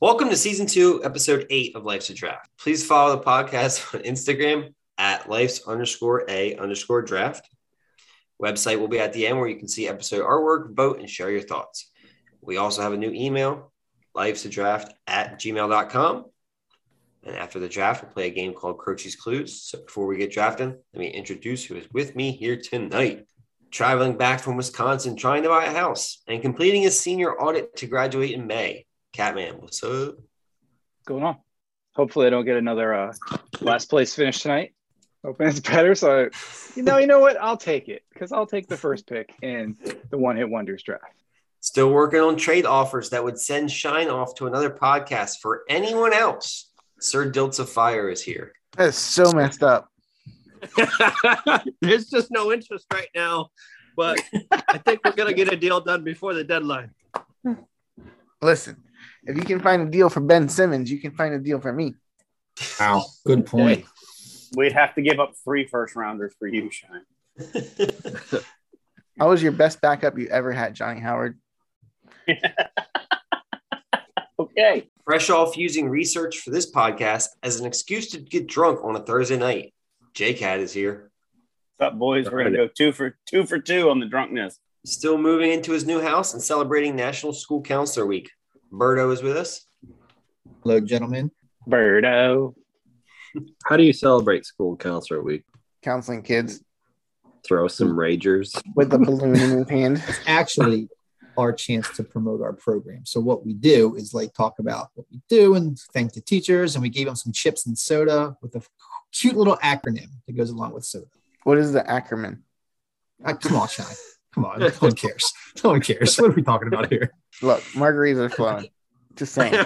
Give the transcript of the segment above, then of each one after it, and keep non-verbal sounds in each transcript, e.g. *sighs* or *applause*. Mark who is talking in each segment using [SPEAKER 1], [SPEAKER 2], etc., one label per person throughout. [SPEAKER 1] Welcome to season two, episode eight of Life's a Draft. Please follow the podcast *laughs* on Instagram at life's underscore a underscore draft. Website will be at the end where you can see episode artwork, vote, and share your thoughts. We also have a new email, life's a draft at gmail.com. And after the draft, we'll play a game called Croce's Clues. So before we get drafted, let me introduce who is with me here tonight. Traveling back from Wisconsin, trying to buy a house, and completing his senior audit to graduate in May. Catman, what's up?
[SPEAKER 2] going on. Hopefully, I don't get another uh, last place finish tonight. Hoping it's better. So, you know, you know what? I'll take it because I'll take the first pick in the one hit wonders draft.
[SPEAKER 1] Still working on trade offers that would send Shine off to another podcast for anyone else. Sir Dilts of Fire is here.
[SPEAKER 3] That's so messed up.
[SPEAKER 4] *laughs* There's just no interest right now, but I think we're gonna get a deal done before the deadline.
[SPEAKER 3] Listen, if you can find a deal for Ben Simmons, you can find a deal for me.
[SPEAKER 5] Wow, good point.
[SPEAKER 6] We'd have to give up three first rounders for you, Shine.
[SPEAKER 3] I was your best backup you ever had, Johnny Howard.
[SPEAKER 6] Okay.
[SPEAKER 1] Fresh off using research for this podcast as an excuse to get drunk on a Thursday night. J Cat is here.
[SPEAKER 6] What's up, boys? We're gonna go two for two for two on the drunkness.
[SPEAKER 1] Still moving into his new house and celebrating National School Counselor Week. Birdo is with us.
[SPEAKER 5] Hello, gentlemen.
[SPEAKER 2] Birdo.
[SPEAKER 4] How do you celebrate school counselor week?
[SPEAKER 3] Counseling kids
[SPEAKER 4] Throw some ragers.
[SPEAKER 3] with a balloon in his hand.
[SPEAKER 5] It's actually our chance to promote our program. So what we do is like talk about what we do and thank the teachers, and we gave them some chips and soda with a cute little acronym that goes along with soda.
[SPEAKER 3] What is the Ackerman?
[SPEAKER 5] Ah, come on, Shine. Come on. No one cares. No one cares. What are we talking about here?
[SPEAKER 3] Look, margaritas are flowing. Just *laughs* saying.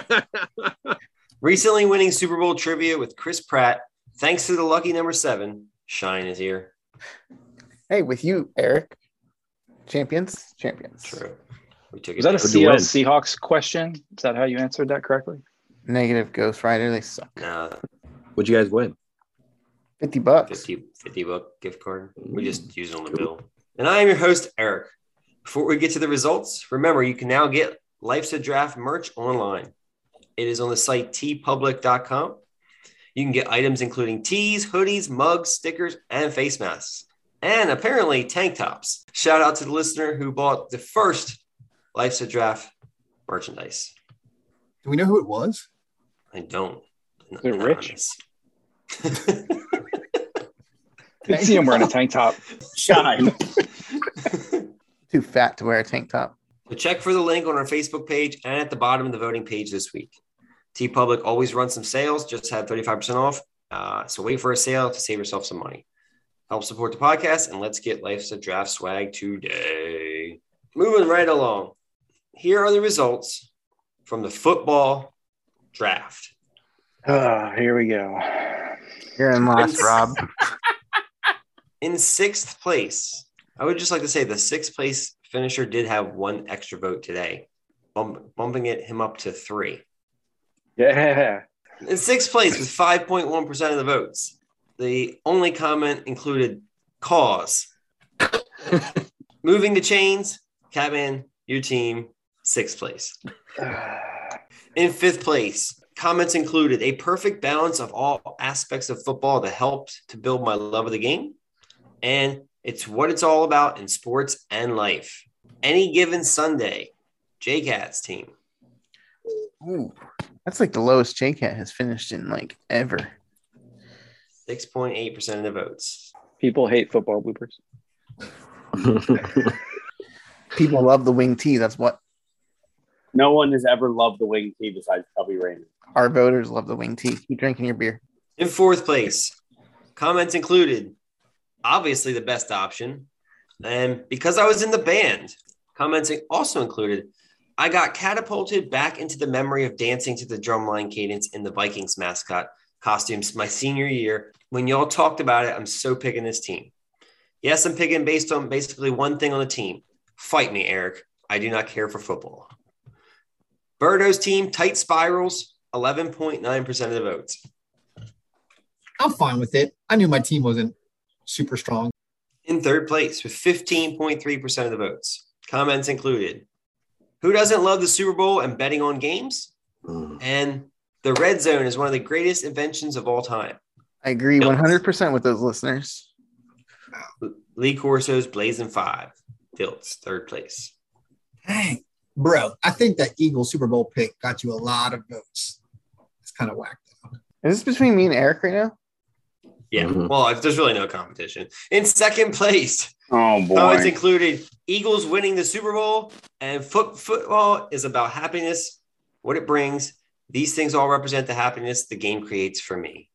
[SPEAKER 1] Recently winning Super Bowl trivia with Chris Pratt, thanks to the lucky number seven. Shine is here.
[SPEAKER 3] Hey, with you, Eric. Champions, champions.
[SPEAKER 1] True. We took it.
[SPEAKER 2] Is that a
[SPEAKER 1] down.
[SPEAKER 4] Who'd you
[SPEAKER 2] CL
[SPEAKER 4] win?
[SPEAKER 2] Seahawks question? Is that how you answered that correctly?
[SPEAKER 3] Negative Ghost Rider. They suck.
[SPEAKER 1] Nah,
[SPEAKER 4] Would you guys win?
[SPEAKER 3] Fifty bucks.
[SPEAKER 1] 50, 50 buck gift card. We just use it on the bill. And I am your host, Eric. Before we get to the results, remember you can now get Life's a Draft merch online. It is on the site tpublic.com. You can get items including tees, hoodies, mugs, stickers, and face masks, and apparently tank tops. Shout out to the listener who bought the first Life's a Draft merchandise.
[SPEAKER 5] Do we know who it was?
[SPEAKER 1] I don't. Is
[SPEAKER 2] it rich?
[SPEAKER 1] *laughs*
[SPEAKER 2] You see him wearing a tank top.
[SPEAKER 6] Shine.
[SPEAKER 3] Too fat to wear a tank top.
[SPEAKER 1] So check for the link on our Facebook page and at the bottom of the voting page this week. T Public always runs some sales, just had 35% off. Uh, so wait for a sale to save yourself some money. Help support the podcast and let's get Life's a Draft swag today. Moving right along. Here are the results from the football draft.
[SPEAKER 2] *laughs* Ah, here we go.
[SPEAKER 3] You're in last,
[SPEAKER 1] Yes.
[SPEAKER 3] Rob.
[SPEAKER 1] In sixth place, I would just like to say the sixth place finisher did have one extra vote today, bump, bumping it him up to three.
[SPEAKER 2] Yeah.
[SPEAKER 1] In sixth place with 5.1% of the votes. The only comment included cause. Moving to chains, Catman, your team, sixth place.
[SPEAKER 2] Ah,
[SPEAKER 1] In fifth place, comments included a perfect balance of all aspects of football that helped to build my love of the game. And it's what it's all about in sports and life. Any given Sunday, J Cat's team.
[SPEAKER 3] Ooh, that's like the lowest J Cat has finished in like ever.
[SPEAKER 1] 6.8% of the votes.
[SPEAKER 2] *sighs* People hate football bloopers.
[SPEAKER 3] People love the wing tee. That's what
[SPEAKER 6] *laughs* no one has ever loved the wing tee besides Tubby Raymond.
[SPEAKER 3] our voters love. The wing tee. Keep drinking your beer.
[SPEAKER 1] In fourth place, comments included obviously the best option. And because I was in the band, comments also included I got catapulted back into the memory of dancing to the drumline cadence in the Vikings mascot costumes my senior year. When y'all talked about it, I'm so picking this team. Yes, I'm picking based on basically one thing on the team. Fight me, Eric. I do not care for football. Birdo's team, tight spirals, 11.9% of the votes.
[SPEAKER 5] I'm fine with it. I knew my team wasn't super strong.
[SPEAKER 1] in third place with 15.3% of the votes. Comments included Who doesn't love the Super Bowl and betting on games? And the red zone is one of the greatest inventions of all time.
[SPEAKER 3] I agree
[SPEAKER 1] Yep.
[SPEAKER 3] 100% with those listeners.
[SPEAKER 1] Lee Corso's Blazing Five, Dilts, third place.
[SPEAKER 5] Dang, bro. I think that Eagle Super Bowl pick got you a lot of votes. It's kind of whack.
[SPEAKER 3] Is this between me and Eric right now?
[SPEAKER 1] Yeah.
[SPEAKER 7] Mhm.
[SPEAKER 1] Well, if there's really no competition. In second place,
[SPEAKER 6] Oh
[SPEAKER 2] Uh,
[SPEAKER 6] boy.
[SPEAKER 1] Oh, it's included Eagles winning the Super Bowl and foot, football is about happiness, what it brings. These things all represent the happiness the game creates for me.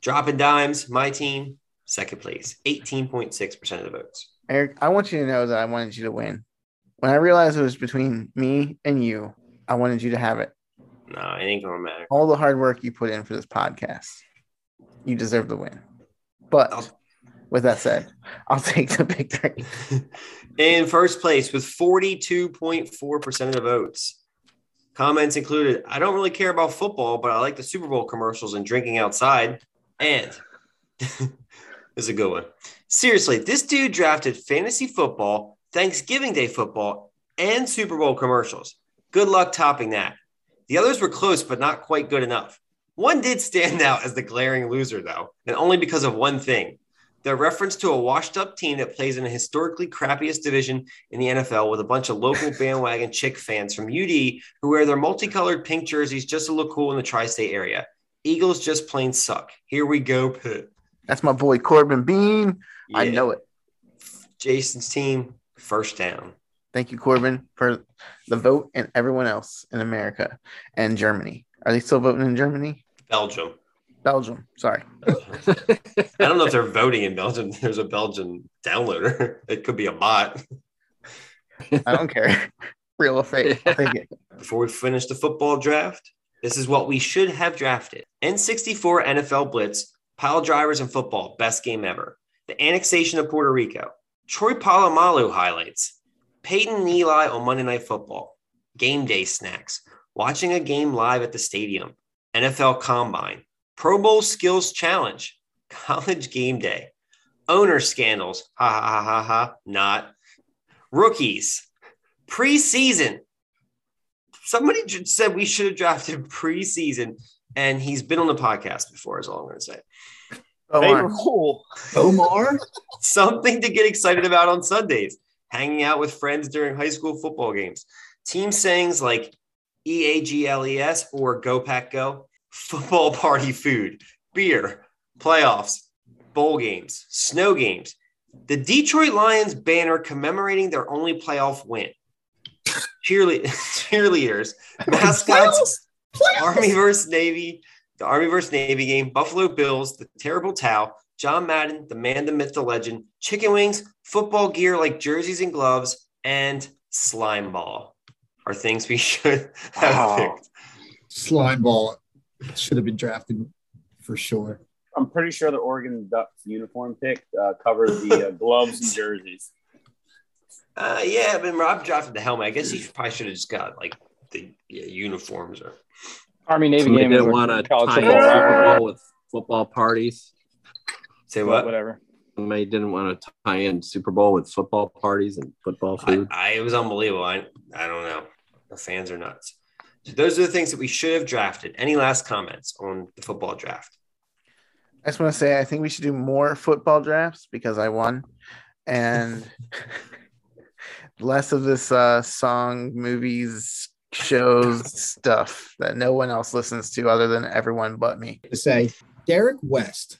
[SPEAKER 1] Dropping dimes, my team, second place, 18.6% of the votes.
[SPEAKER 3] Eric, I want you to know that I wanted you to win. When I realized it was between me and you, I wanted you to have it.
[SPEAKER 1] No, it ain't gonna matter.
[SPEAKER 3] All the hard work you put in for this podcast, you deserve the win. But with that said, I'll take the victory.
[SPEAKER 1] *laughs* In first place with 42.4% of the votes. Comments included I don't really care about football, but I like the Super Bowl commercials and drinking outside. And *laughs* this is a good one. Seriously, this dude drafted fantasy football, Thanksgiving Day football, and Super Bowl commercials. Good luck topping that. The others were close, but not quite good enough. One did stand *laughs* out as the glaring loser, though, and only because of one thing the reference to a washed up team that plays in a historically crappiest division in the NFL with a bunch of local bandwagon chick fans from UD who wear their multicolored pink jerseys just to look cool in the tri state area. Eagles just plain suck. Here we go, Pitt.
[SPEAKER 3] That's my boy Corbin Bean. I
[SPEAKER 1] Yeah.
[SPEAKER 3] know it.
[SPEAKER 1] Jason's team, first down.
[SPEAKER 3] Thank you, Corbin, for the vote and everyone else in America and Germany. Are they still voting in Germany?
[SPEAKER 1] Belgium.
[SPEAKER 3] Belgium. Sorry.
[SPEAKER 1] I don't know if they're voting in Belgium. *laughs* There's a Belgian downloader. It could be a bot.
[SPEAKER 3] I don't care. *laughs* Real or fake. I'll take it.
[SPEAKER 1] Before we finish the football draft, this is what we should have drafted N64 NFL Blitz, pile drivers, and football, best game ever. The annexation of Puerto Rico, Troy Palomalu highlights, Peyton and Eli on Monday Night Football, game day snacks, watching a game live at the stadium, NFL Combine, Pro Bowl Skills Challenge, college game day, owner scandals, ha ha ha ha ha, not, rookies, preseason, somebody j- said we should have drafted preseason, and he's been on the podcast before. Is all I'm going to say.
[SPEAKER 3] Go
[SPEAKER 6] They
[SPEAKER 3] on.
[SPEAKER 6] were cool.
[SPEAKER 5] Omar,
[SPEAKER 1] *laughs* Something to get excited about on Sundays, hanging out with friends during high school football games, team sayings like E A G L E S or Go Pack Go, football *laughs* party food, beer, playoffs, bowl games, snow games. The Detroit Lions banner commemorating their only playoff win. Cheerle- *laughs* cheerleaders, mascots, Army versus Navy, the Army versus Navy game, Buffalo Bills, the terrible towel, John Madden, the man, the myth, the legend, chicken wings, football gear like jerseys and gloves, and slime ball are things we *laughs* should have
[SPEAKER 6] Wow.
[SPEAKER 1] picked.
[SPEAKER 5] slime ball should have been drafted for sure.
[SPEAKER 6] I'm pretty sure the Oregon Ducks uniform pick uh, covers the uh, gloves and *laughs* jerseys.
[SPEAKER 1] Uh, yeah, I mean, Rob drafted the helmet. I guess he probably should have just got like the yeah, uniforms or
[SPEAKER 2] Army Navy
[SPEAKER 4] They
[SPEAKER 2] game. is
[SPEAKER 4] didn't
[SPEAKER 2] what
[SPEAKER 4] want to
[SPEAKER 2] college
[SPEAKER 4] tie
[SPEAKER 2] football is.
[SPEAKER 4] Super Bowl with football parties.
[SPEAKER 1] say
[SPEAKER 2] But
[SPEAKER 1] what?
[SPEAKER 2] Whatever.
[SPEAKER 4] And They didn't want to tie in Super Bowl with football parties and football
[SPEAKER 1] I,
[SPEAKER 4] food.
[SPEAKER 1] I, it was unbelievable. I, I don't know. The fans are nuts. So those are the things that we should have drafted. Any last comments on the football draft?
[SPEAKER 3] I just want to say I think we should do more football drafts because I won, and less of this uh, song, movies, shows stuff that no one else listens to other than everyone but me.
[SPEAKER 5] To say Derek West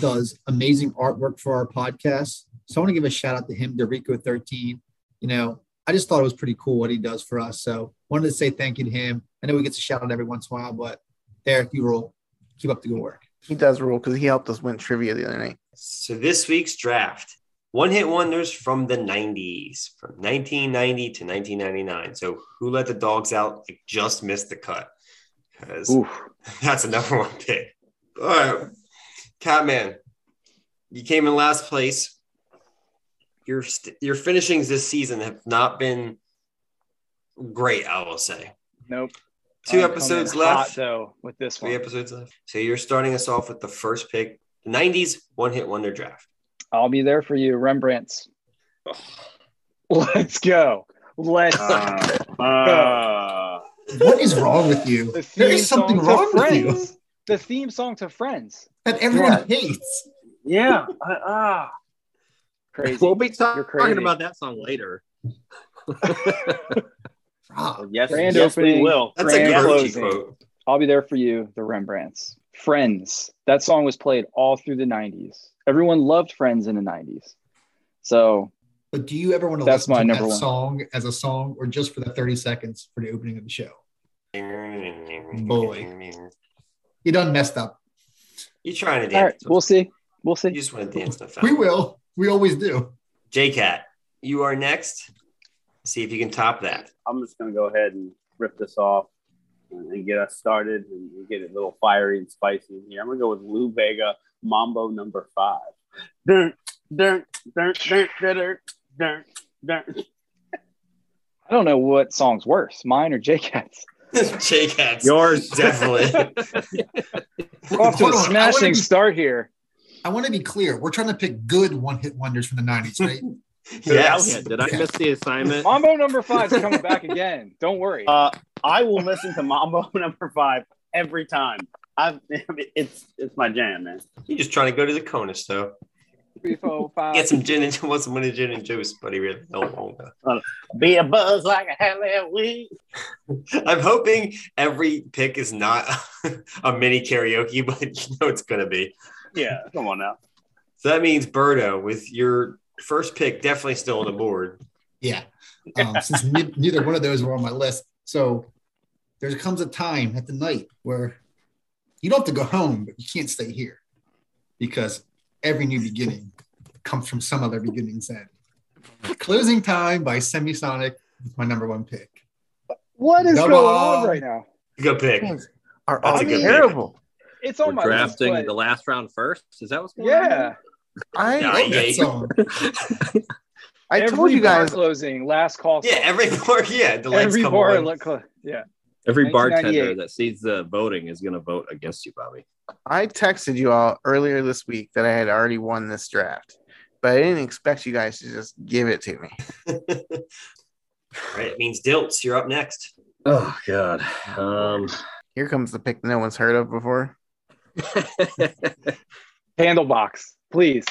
[SPEAKER 5] does amazing artwork for our podcast. So I want to give a shout out to him, Dorico13. You know, I just thought it was pretty cool what he does for us. So wanted to say thank you to him. I know we get to shout out every once in a while, but Derek, you rule. Keep up the good work.
[SPEAKER 3] He does rule because he helped us win trivia the other night.
[SPEAKER 1] So this week's draft, one hit wonders from the 90s, from 1990 to 1999. So who let the dogs out? Like just missed the cut. 'Cause
[SPEAKER 2] Oof.
[SPEAKER 1] *laughs* that's a number one pick. All right. Catman, you came in last place. Your st- your finishings this season have not been great, I will say.
[SPEAKER 2] Nope.
[SPEAKER 1] Two
[SPEAKER 2] I'm coming
[SPEAKER 1] episodes
[SPEAKER 2] hot,
[SPEAKER 1] left.
[SPEAKER 2] though, with this
[SPEAKER 1] Three
[SPEAKER 2] one.
[SPEAKER 1] episodes left. So you're starting us off with the first pick, 90s one hit wonder draft.
[SPEAKER 2] I'll be there for you, Rembrandts. Let's go. Let's
[SPEAKER 6] Uh, uh,
[SPEAKER 5] What is wrong with you?
[SPEAKER 2] *laughs* The
[SPEAKER 5] There
[SPEAKER 2] theme
[SPEAKER 5] is something
[SPEAKER 2] song
[SPEAKER 5] wrong
[SPEAKER 2] to
[SPEAKER 5] with you.
[SPEAKER 2] Friends. The theme song to Friends.
[SPEAKER 5] That everyone
[SPEAKER 3] Yeah.
[SPEAKER 5] hates.
[SPEAKER 2] *laughs* Yeah. I- ah. Crazy.
[SPEAKER 4] We'll be talk-
[SPEAKER 2] You're
[SPEAKER 4] talking
[SPEAKER 2] crazy.
[SPEAKER 4] about that song later.
[SPEAKER 5] Rob.
[SPEAKER 6] Yes,
[SPEAKER 2] Grand
[SPEAKER 6] yes,
[SPEAKER 2] opening.
[SPEAKER 6] we will.
[SPEAKER 1] That's a
[SPEAKER 2] Grand
[SPEAKER 1] Grouchy
[SPEAKER 2] closing.
[SPEAKER 1] quote.
[SPEAKER 2] I'll be there for you, the Rembrandts. Friends. That song was played all through the 90s. Everyone loved Friends in the 90s. So
[SPEAKER 5] But do you ever want to
[SPEAKER 2] That's
[SPEAKER 5] listen
[SPEAKER 2] my
[SPEAKER 5] to
[SPEAKER 2] number
[SPEAKER 5] that
[SPEAKER 2] one.
[SPEAKER 5] song as a song or just for the 30 seconds for the opening of the show? Boy. You done messed up.
[SPEAKER 1] You trying to
[SPEAKER 2] all right,
[SPEAKER 1] dance?
[SPEAKER 2] we'll see. We'll
[SPEAKER 1] you
[SPEAKER 2] see.
[SPEAKER 1] just want to dance in the
[SPEAKER 5] We
[SPEAKER 1] fountain.
[SPEAKER 5] will. We always do.
[SPEAKER 1] J Cat, you are next. See if you can top that. *laughs*
[SPEAKER 6] I'm just going to go ahead and rip this off and, and get us started and, and get it a little fiery and spicy in here. I'm going to go with Lou Vega, Mambo number five. Dirt, dirt, dirt, dirt, dirt, dirt, dirt.
[SPEAKER 2] I don't know what song's worse, mine or J Cat's.
[SPEAKER 1] J Cat's
[SPEAKER 4] Yours.
[SPEAKER 1] *laughs* definitely.
[SPEAKER 2] We're off to a
[SPEAKER 5] Hold on, I wanna
[SPEAKER 2] smashing
[SPEAKER 5] be-
[SPEAKER 2] start here.
[SPEAKER 5] I want to be clear. We're trying to pick good one hit wonders from the 90s, right?
[SPEAKER 1] *laughs* yes.
[SPEAKER 4] Did I miss the assignment?
[SPEAKER 2] Mambo number five's coming back again. Don't worry.
[SPEAKER 6] Uh, I will listen to Mambo *laughs* number five every time. I've, *laughs* it's it's my jam, man.
[SPEAKER 1] You're just trying to go to the Conus, though.
[SPEAKER 2] Three, four, five.
[SPEAKER 1] Get some gin and *laughs* want some money gin and juice, buddy. Really, no longer.
[SPEAKER 6] Be a buzz like a Halloween.
[SPEAKER 1] I'm hoping every pick is not *laughs* a mini karaoke, but *laughs* you know it's gonna be.
[SPEAKER 6] Yeah, come on now.
[SPEAKER 1] So that means Birdo, with your first pick, definitely still on the board.
[SPEAKER 5] Yeah. Um, since ne- neither one of those were on my list. So there comes a time at the night where you don't have to go home, but you can't stay here because every new beginning comes from some other beginning's end. Closing Time by Semisonic is my number one pick.
[SPEAKER 2] what is
[SPEAKER 5] Come
[SPEAKER 2] going on
[SPEAKER 5] on.
[SPEAKER 2] right now?
[SPEAKER 1] Good pick.
[SPEAKER 3] Things are all
[SPEAKER 1] That's a good
[SPEAKER 3] terrible.
[SPEAKER 2] It's
[SPEAKER 4] We're
[SPEAKER 2] on my
[SPEAKER 4] drafting
[SPEAKER 2] list.
[SPEAKER 4] the
[SPEAKER 2] but-
[SPEAKER 4] last round first. Is that what's going on?
[SPEAKER 2] yeah.
[SPEAKER 3] I
[SPEAKER 1] Yeah,
[SPEAKER 5] I love that
[SPEAKER 1] yeah.
[SPEAKER 5] song.
[SPEAKER 3] I
[SPEAKER 2] Every
[SPEAKER 3] told you
[SPEAKER 2] bar
[SPEAKER 3] guys
[SPEAKER 2] closing, last call.
[SPEAKER 1] Yeah, every *laughs* bar. Yeah, the lights
[SPEAKER 2] every
[SPEAKER 1] come
[SPEAKER 2] bar.
[SPEAKER 1] on.
[SPEAKER 2] Look, clo- yeah.
[SPEAKER 4] Every bartender
[SPEAKER 2] 1998.
[SPEAKER 4] that sees the voting is going to vote against you, Bobby.
[SPEAKER 3] I texted you all earlier this week that I had already won this draft, but I didn't expect you guys to just give it to me.
[SPEAKER 1] All right, it means Dilts. You're up next.
[SPEAKER 4] Oh God. Um,
[SPEAKER 3] Here comes the pick no one's heard of before.
[SPEAKER 2] Candle box, *laughs* please.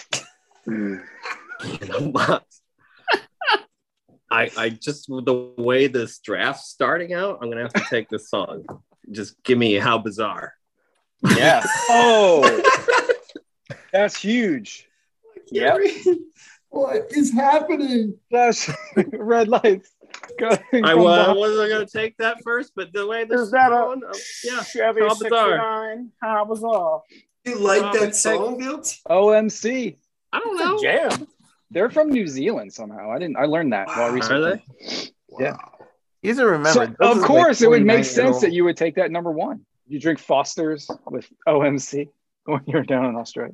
[SPEAKER 4] I I just the way this draft's starting out, I'm gonna have to take this song. Just give me how bizarre.
[SPEAKER 6] *laughs* Yeah,
[SPEAKER 2] Oh, that's huge.
[SPEAKER 6] yeah.
[SPEAKER 5] What is happening?
[SPEAKER 2] That's *laughs* red lights. Go-
[SPEAKER 4] I
[SPEAKER 2] come
[SPEAKER 4] was I
[SPEAKER 2] on.
[SPEAKER 4] wasn't gonna take that first, but the way this
[SPEAKER 6] Is that a-
[SPEAKER 4] going, um, yeah,
[SPEAKER 6] Chevy
[SPEAKER 4] How bizarre.
[SPEAKER 6] 69. How bizarre.
[SPEAKER 1] You like
[SPEAKER 4] Um,
[SPEAKER 1] that song, Dilts?
[SPEAKER 2] OMC.
[SPEAKER 4] I don't
[SPEAKER 6] It's a
[SPEAKER 4] know.
[SPEAKER 6] jam.
[SPEAKER 2] They're from New Zealand somehow. I didn't. I learned that while
[SPEAKER 1] Wow.
[SPEAKER 4] Are
[SPEAKER 2] researching.
[SPEAKER 4] they?
[SPEAKER 2] Yeah.
[SPEAKER 3] You guys remember.
[SPEAKER 2] So,
[SPEAKER 3] this
[SPEAKER 2] of
[SPEAKER 3] is like
[SPEAKER 2] course, it would make
[SPEAKER 3] 29 year
[SPEAKER 2] sense
[SPEAKER 3] old.
[SPEAKER 2] that you would take that number one. You drink Foster's with OMC when you're down in Australia.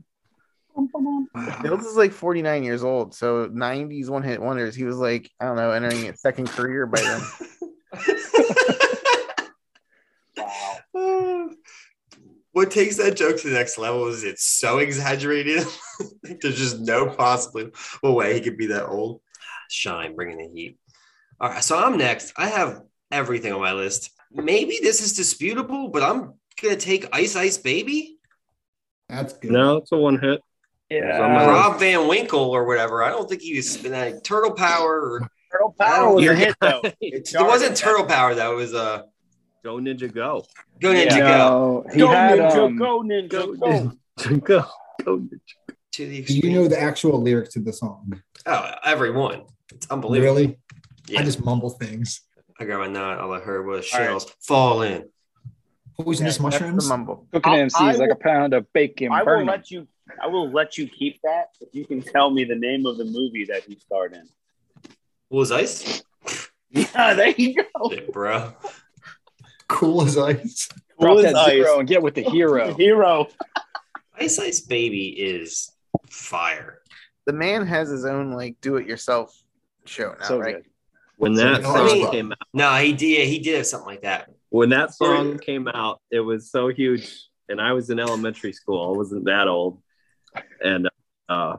[SPEAKER 1] Wow.
[SPEAKER 3] Dills is like 49 years old, so 90s one hit wonders. He was like, I don't know, entering his second career by then.
[SPEAKER 1] *sighs* what takes that joke to the next level is it's so exaggerated. *laughs* There's just no possible way he could be that old. *sighs* Shine, bringing the heat. All right, so I'm next. I have everything on my list. Maybe this is disputable, but I'm gonna take Ice Ice Baby,
[SPEAKER 5] That's good.
[SPEAKER 4] No, it's a one hit. Uh,
[SPEAKER 1] Rob Van Winkle, or whatever. I don't think he was uh, Turtle Power. Or,
[SPEAKER 6] Turtle Power was
[SPEAKER 1] You're-
[SPEAKER 6] a hit *laughs* though.
[SPEAKER 1] it wasn't Turtle Power though. It was uh,
[SPEAKER 4] Go Ninja Go. *laughs*
[SPEAKER 1] Go Ninja Go
[SPEAKER 2] No, he
[SPEAKER 6] go,
[SPEAKER 2] had
[SPEAKER 6] ninja,
[SPEAKER 2] um,
[SPEAKER 6] go ninja,
[SPEAKER 4] go
[SPEAKER 6] go
[SPEAKER 4] Go. Go Ninja.
[SPEAKER 1] to the
[SPEAKER 5] Do you
[SPEAKER 1] extreme.
[SPEAKER 5] know the actual lyrics to the song?
[SPEAKER 1] oh, everyone. It's unbelievable.
[SPEAKER 5] Really?
[SPEAKER 1] Yeah.
[SPEAKER 5] I just mumble things.
[SPEAKER 1] I got my nine. All I heard was
[SPEAKER 6] All right.
[SPEAKER 1] shells fall in.
[SPEAKER 3] That's
[SPEAKER 5] Poisonous
[SPEAKER 3] the
[SPEAKER 5] mushrooms.
[SPEAKER 3] mumble.
[SPEAKER 2] cooking
[SPEAKER 6] I-
[SPEAKER 2] MC is
[SPEAKER 6] I
[SPEAKER 2] like a
[SPEAKER 6] will-
[SPEAKER 2] pound of bacon.
[SPEAKER 6] I will
[SPEAKER 2] burning.
[SPEAKER 6] let you. I will let you keep that if you can tell me the name of the movie that he starred in.
[SPEAKER 1] Cool as ice,
[SPEAKER 6] *laughs* Yeah, there you
[SPEAKER 4] Oh.
[SPEAKER 6] go.
[SPEAKER 1] Shit, bro.
[SPEAKER 5] Cool as ice.
[SPEAKER 2] Drop
[SPEAKER 6] Who is
[SPEAKER 2] that zero and get with the
[SPEAKER 6] *laughs*
[SPEAKER 2] hero.
[SPEAKER 6] Hero.
[SPEAKER 1] Ice Ice Baby is fire.
[SPEAKER 3] The man has his own like do it yourself show now,
[SPEAKER 2] so
[SPEAKER 3] right?
[SPEAKER 2] good.
[SPEAKER 4] When that
[SPEAKER 5] So-
[SPEAKER 4] song came out,
[SPEAKER 1] No, he did. He did something like that. *laughs*
[SPEAKER 4] when that
[SPEAKER 1] Sorry.
[SPEAKER 4] song came out, it was so huge, and I was in elementary school. I wasn't that old, and uh,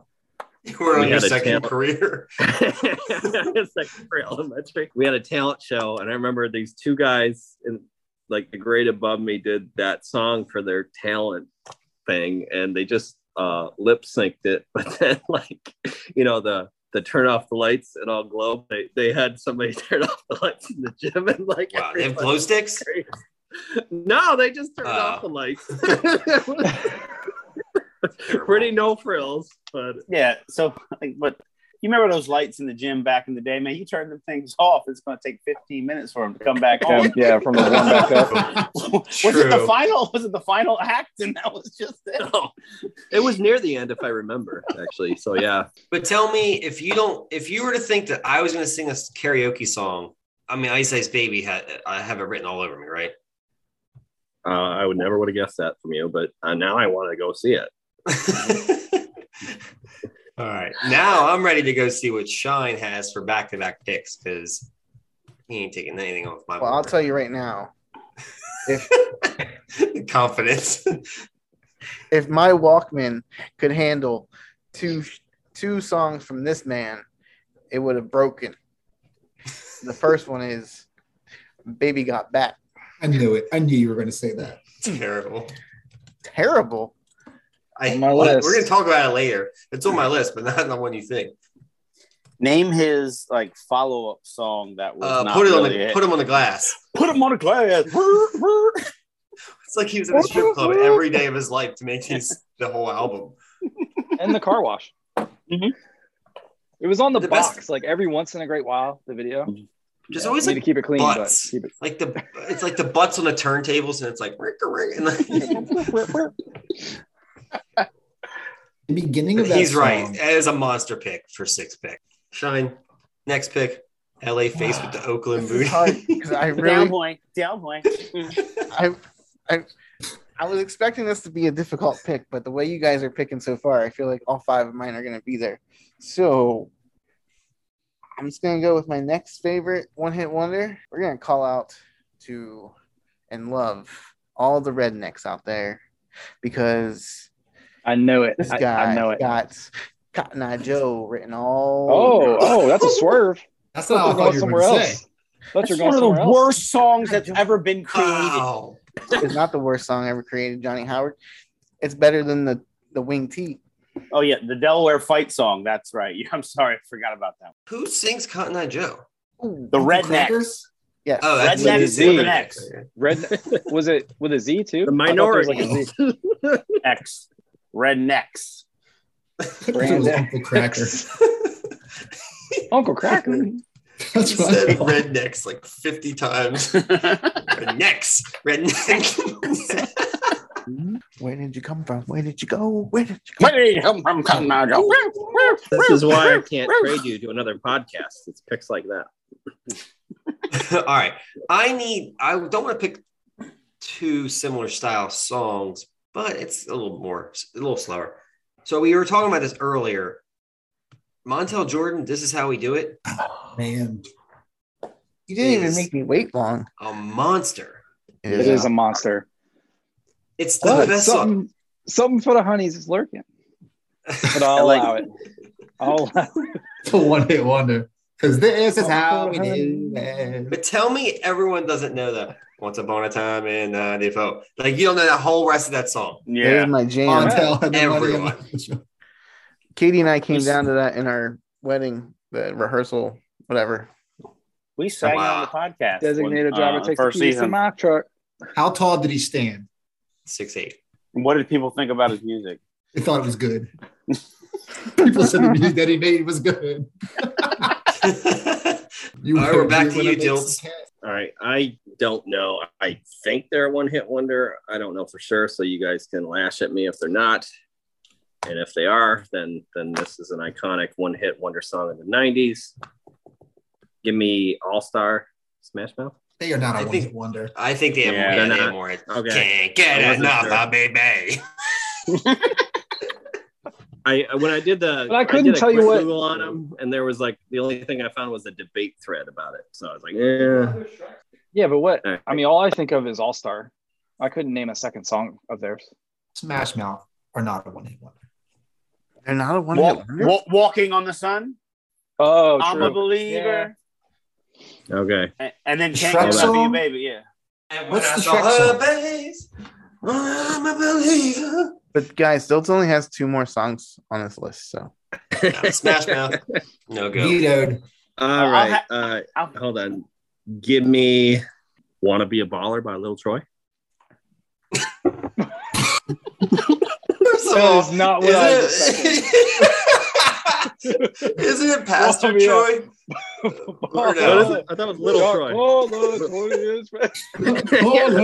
[SPEAKER 1] You were on
[SPEAKER 4] We
[SPEAKER 1] your
[SPEAKER 4] had a
[SPEAKER 1] second
[SPEAKER 4] channel.
[SPEAKER 1] career. *laughs*
[SPEAKER 4] *laughs* it's like for elementary. We had a talent show, and I remember these two guys in like the grade above me did that song for their talent thing, and they just uh, lip synced it. *laughs* But then, like you know, the the turn off the lights at all globe. They, they had somebody *laughs* turn off the lights in the gym, and like
[SPEAKER 1] Wow,
[SPEAKER 4] *laughs*
[SPEAKER 1] they have
[SPEAKER 4] everyone-
[SPEAKER 1] glow sticks.
[SPEAKER 4] No, they just turned
[SPEAKER 1] Oh.
[SPEAKER 4] off
[SPEAKER 1] *laughs*
[SPEAKER 4] the lights. *laughs* Pretty no frills, but
[SPEAKER 6] Yeah. So, like, but you remember those lights in the gym back in the day, man? You turn them things off. It's going to take 15 minutes for them to come back *laughs*
[SPEAKER 2] Um,
[SPEAKER 6] on.
[SPEAKER 2] yeah, from the one back up.
[SPEAKER 6] was it the
[SPEAKER 1] True.
[SPEAKER 6] final? Was it the final act? And that was just it.
[SPEAKER 4] no. It was near the end, if I remember, actually. So yeah,
[SPEAKER 1] But tell me if you don't, if you were to think that I was going to sing a karaoke song, I mean, Ice Ice Baby had, I have it written all over me, right?
[SPEAKER 4] uh, I would never would have guessed that from you, but uh, now I want to go see it.
[SPEAKER 1] *laughs* all right. Now I'm ready to go see what Shine has for back to back picks because he ain't taking anything off my
[SPEAKER 3] Well,
[SPEAKER 1] *laughs*
[SPEAKER 3] I'll tell you right now.
[SPEAKER 1] board. confidence. *laughs*
[SPEAKER 3] If my Walkman could handle two two songs from this man, it would have broken. The first one is "Baby Got Back."
[SPEAKER 5] *laughs* I knew it. I knew you were going to say that.
[SPEAKER 1] Terrible.
[SPEAKER 3] Terrible.
[SPEAKER 1] I,
[SPEAKER 2] On my list.
[SPEAKER 1] We're going to talk about it later. It's on my list, but not the one you think.
[SPEAKER 6] Name his like follow up song that was
[SPEAKER 1] Uh,
[SPEAKER 6] not
[SPEAKER 1] put it
[SPEAKER 6] really
[SPEAKER 1] on the
[SPEAKER 6] it.
[SPEAKER 1] put him on the glass.
[SPEAKER 6] Put him on a glass. *laughs*
[SPEAKER 1] It's like he was in a strip club every day of his life to make his the whole album.
[SPEAKER 2] *laughs* and the car wash.
[SPEAKER 6] Mhm.
[SPEAKER 2] It was on the,
[SPEAKER 1] The best-
[SPEAKER 2] box, like every once in a great while. The video.
[SPEAKER 1] Just
[SPEAKER 2] Yeah,
[SPEAKER 1] always
[SPEAKER 2] need
[SPEAKER 1] like
[SPEAKER 2] to keep it clean,
[SPEAKER 1] butts.
[SPEAKER 2] but keep it.
[SPEAKER 1] like the it's like the butts on the turntables and it's like ring ring and like,
[SPEAKER 5] The beginning of that
[SPEAKER 1] he's
[SPEAKER 5] song,
[SPEAKER 1] right. It is a monster pick for six pick. Shine. Next pick. LA face with the Oakland
[SPEAKER 3] This is
[SPEAKER 1] Moody.
[SPEAKER 3] hard
[SPEAKER 2] *laughs*
[SPEAKER 3] because I
[SPEAKER 6] Down
[SPEAKER 3] really,
[SPEAKER 6] boy. Down Mm. boy.
[SPEAKER 3] I, I, I was expecting this to be a difficult pick, but the way you guys are picking so far, I feel like all five of mine are going to be there. So I'm just going to go with my next favorite one hit wonder. We're going to call out to and love all the rednecks out there because
[SPEAKER 2] I know it.
[SPEAKER 3] this
[SPEAKER 2] I,
[SPEAKER 3] guy
[SPEAKER 2] I know
[SPEAKER 3] *laughs*
[SPEAKER 2] it.
[SPEAKER 3] got Cotton Eye Joe written all.
[SPEAKER 2] Oh, oh, that's a swerve.
[SPEAKER 5] That's
[SPEAKER 2] Thought
[SPEAKER 5] not
[SPEAKER 2] you
[SPEAKER 5] what
[SPEAKER 2] were
[SPEAKER 5] I
[SPEAKER 2] somewhere
[SPEAKER 5] thought you were going
[SPEAKER 1] *laughs*
[SPEAKER 5] to say.
[SPEAKER 2] else. Thought
[SPEAKER 6] That's
[SPEAKER 2] you were going
[SPEAKER 6] one of the
[SPEAKER 2] somewhere else.
[SPEAKER 6] worst songs *laughs* that's ever been created.
[SPEAKER 1] *laughs* Wow.
[SPEAKER 3] It's not the worst song ever created, Johnny Howard. It's better than the, the Wing T.
[SPEAKER 6] Oh yeah, the Delaware fight song. That's right. *laughs* I'm sorry, I forgot about that.
[SPEAKER 1] Who sings Cotton Eye Joe?
[SPEAKER 6] The Rednecks.
[SPEAKER 5] Crackers?
[SPEAKER 3] Yes.
[SPEAKER 1] Oh, that's
[SPEAKER 6] Rednecks
[SPEAKER 1] Lindsay
[SPEAKER 6] is
[SPEAKER 1] Lohan.
[SPEAKER 6] next.
[SPEAKER 2] Red was it with a Z too?
[SPEAKER 4] The
[SPEAKER 2] I thought there was,
[SPEAKER 4] minority.
[SPEAKER 2] like, a Z.
[SPEAKER 6] X. *laughs* Rednecks.
[SPEAKER 5] Brand
[SPEAKER 2] Brand-
[SPEAKER 5] Uncle Cracker.
[SPEAKER 1] *laughs*
[SPEAKER 2] Uncle
[SPEAKER 3] *laughs*
[SPEAKER 2] Cracker.
[SPEAKER 1] He
[SPEAKER 5] *laughs* That's what I
[SPEAKER 1] said
[SPEAKER 5] thought.
[SPEAKER 1] rednecks like 50 times. rednecks. Rednecks.
[SPEAKER 3] Where did you come from? Where did you go? Where did you go?
[SPEAKER 6] Money come from Cotton Eye Joe.
[SPEAKER 4] This is why I *laughs* can't trade you to another podcast. It's picks like that.
[SPEAKER 1] *laughs* All right. I need, I don't want to pick two similar style songs, but it's a little more, a little slower. So we were talking about this earlier. Montel Jordan, this is how we do it.
[SPEAKER 5] Man,
[SPEAKER 3] You didn't even
[SPEAKER 1] Is-
[SPEAKER 3] make me wait long.
[SPEAKER 1] A monster.
[SPEAKER 2] It is a monster.
[SPEAKER 1] It's the
[SPEAKER 2] But
[SPEAKER 1] best song.
[SPEAKER 2] something, something for the honeys is lurking. But I'll
[SPEAKER 6] like-
[SPEAKER 2] allow it. I'll allow
[SPEAKER 5] the one hit wonder. Because this is how we do it.
[SPEAKER 1] But tell me everyone doesn't know that. Once upon a time in 94. Like you don't know that whole rest of that song.
[SPEAKER 3] It is
[SPEAKER 6] Yeah.
[SPEAKER 3] my jam.
[SPEAKER 5] Montel and the money on
[SPEAKER 1] Everyone.
[SPEAKER 5] my-
[SPEAKER 3] Katie and I came down to that in our wedding, the rehearsal, whatever.
[SPEAKER 6] We sang it on the
[SPEAKER 2] *laughs*
[SPEAKER 6] podcast.
[SPEAKER 2] designated
[SPEAKER 6] when,
[SPEAKER 2] driver
[SPEAKER 6] uh,
[SPEAKER 2] takes the
[SPEAKER 6] first
[SPEAKER 2] keys to
[SPEAKER 6] season.
[SPEAKER 2] my truck.
[SPEAKER 5] *laughs* How tall did he stand?
[SPEAKER 1] Six eight. *laughs*
[SPEAKER 6] What did people think about his music?
[SPEAKER 5] They thought it was good. *laughs* People said the music that he made was good. You
[SPEAKER 1] All right, we're back to
[SPEAKER 5] when
[SPEAKER 1] you,
[SPEAKER 5] I made
[SPEAKER 1] Dilts.
[SPEAKER 5] some cats.
[SPEAKER 4] All right. I don't know. I think they're a one hit wonder. I don't know for sure. So you guys can lash at me if they're not. And if they are, then then this is an iconic one hit wonder song in the 90s. Give me All Star Smash Mouth.
[SPEAKER 5] They are not
[SPEAKER 1] I
[SPEAKER 5] a
[SPEAKER 1] think-
[SPEAKER 5] one hit wonder.
[SPEAKER 1] I think they have
[SPEAKER 6] Yeah,
[SPEAKER 1] more.
[SPEAKER 4] they're
[SPEAKER 1] They have
[SPEAKER 4] not-
[SPEAKER 1] more. hits.
[SPEAKER 4] okay.
[SPEAKER 1] Can't
[SPEAKER 4] I
[SPEAKER 1] get
[SPEAKER 4] wasn't
[SPEAKER 1] enough
[SPEAKER 4] sure.
[SPEAKER 1] of me, babe.
[SPEAKER 4] I uh, when I did the
[SPEAKER 2] But I couldn't
[SPEAKER 4] did a
[SPEAKER 2] tell you
[SPEAKER 4] quick
[SPEAKER 2] what-
[SPEAKER 4] Google on them, and there was like the only thing I found was a debate thread about it. So I was like, yeah.
[SPEAKER 2] Yeah, but what?
[SPEAKER 4] All right.
[SPEAKER 2] I mean, all I think of is All Star. I couldn't name a second song of theirs.
[SPEAKER 5] Smash Mouth are not a one hit wonder.
[SPEAKER 3] They're not a one
[SPEAKER 6] Walk,
[SPEAKER 3] hit wonder.
[SPEAKER 6] wa- walking on the sun.
[SPEAKER 2] Oh,
[SPEAKER 6] I'm a
[SPEAKER 2] true.
[SPEAKER 6] believer.
[SPEAKER 4] Okay.
[SPEAKER 6] A- And then can't
[SPEAKER 5] Shrek
[SPEAKER 6] get enough of you,
[SPEAKER 5] song?
[SPEAKER 6] baby. Yeah.
[SPEAKER 1] And
[SPEAKER 5] What's the
[SPEAKER 1] saw
[SPEAKER 5] track
[SPEAKER 1] her
[SPEAKER 5] song?
[SPEAKER 1] face, I'm a believer.
[SPEAKER 3] But guys, Stilts only has two more songs on this list, so
[SPEAKER 1] No, Smash Mouth. *laughs* No go.
[SPEAKER 5] Vetoed.
[SPEAKER 4] *laughs* All
[SPEAKER 6] I'll
[SPEAKER 4] right.
[SPEAKER 6] ha-
[SPEAKER 4] Uh,
[SPEAKER 6] I'll-
[SPEAKER 4] hold on. Give me "Wanna Be a Baller" by Lil Troy.
[SPEAKER 1] First of
[SPEAKER 2] That
[SPEAKER 1] all, *laughs*
[SPEAKER 2] is not what I was
[SPEAKER 1] isn't it, isn't it Pastor
[SPEAKER 2] Well, yeah.
[SPEAKER 1] Troy? *laughs* Or
[SPEAKER 4] What
[SPEAKER 1] no?
[SPEAKER 4] is it? I thought it was Little Troy.
[SPEAKER 2] Oh, *laughs* look, what it is, man.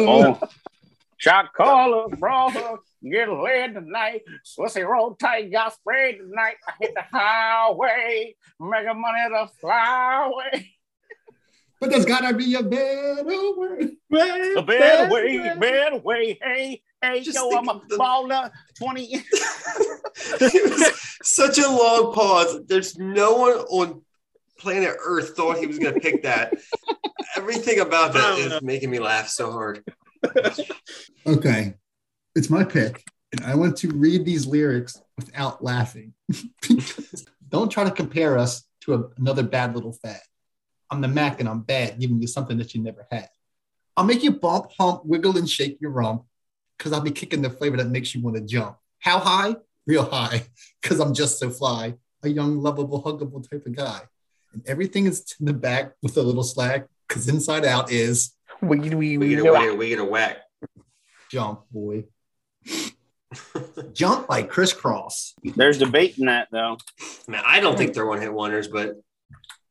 [SPEAKER 6] Oh. Shot caller, brawler, get laid tonight. Swissie roll tight, got sprayed tonight. I hit the highway, making money the flyway.
[SPEAKER 5] But there's gotta be a better word.
[SPEAKER 6] The bad way, bad way. Hey, hey,
[SPEAKER 1] Just
[SPEAKER 6] yo,
[SPEAKER 1] think
[SPEAKER 6] I'm a
[SPEAKER 1] of the-
[SPEAKER 6] baller. 20.
[SPEAKER 1] *laughs* it was such a long pause. There's no one on planet Earth thought he was going to pick that. Everything about that is making me laugh so hard.
[SPEAKER 5] Okay. It's my pick. And I want to read these lyrics without laughing. *laughs* Because don't try to compare us to a- another bad little fad. I'm the Mac and I'm bad, giving you something that you never had. I'll make you bump, hump, wiggle, and shake your rump because I'll be kicking the flavor that makes you want to jump. How high? Real high *laughs* because I'm just so fly, a young, lovable, huggable type of guy. And everything is to the back with a little slack because inside out is
[SPEAKER 3] we we
[SPEAKER 1] We
[SPEAKER 3] we
[SPEAKER 1] get a whack. We get a whack.
[SPEAKER 5] jump, *laughs* boy. jump like crisscross.
[SPEAKER 6] There's debate in that, though.
[SPEAKER 1] Man, I don't think they're one hit wonders, but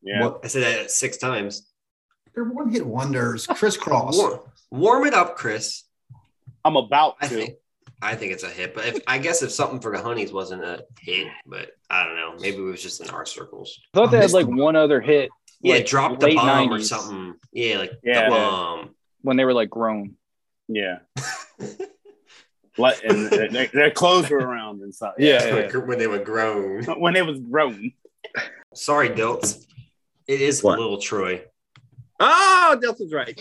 [SPEAKER 6] Yeah.
[SPEAKER 5] What-
[SPEAKER 1] I said that six times.
[SPEAKER 5] They're one hit *laughs* wonders. Crisscross.
[SPEAKER 1] Warm, warm it up, Chris.
[SPEAKER 6] I'm about
[SPEAKER 1] I
[SPEAKER 6] to.
[SPEAKER 1] think I think it's a hit, but if I guess if something for the honeys wasn't a hit, but I don't know. Maybe it was just in our circles.
[SPEAKER 2] I thought they had
[SPEAKER 5] missed
[SPEAKER 2] like
[SPEAKER 5] the-
[SPEAKER 2] one other hit
[SPEAKER 1] Yeah,
[SPEAKER 2] Like,
[SPEAKER 1] drop the
[SPEAKER 2] late
[SPEAKER 1] bomb or
[SPEAKER 2] 90s.
[SPEAKER 1] something. Yeah, like
[SPEAKER 6] Yeah.
[SPEAKER 1] the bomb.
[SPEAKER 2] when they were like grown.
[SPEAKER 6] Yeah. Let, and their, their clothes were around and stuff.
[SPEAKER 2] Yeah.
[SPEAKER 1] *laughs* when they were grown.
[SPEAKER 6] When it was grown.
[SPEAKER 1] Sorry, Dilts. It is
[SPEAKER 4] What?
[SPEAKER 1] Little Troy.
[SPEAKER 4] Oh, Nelson's right.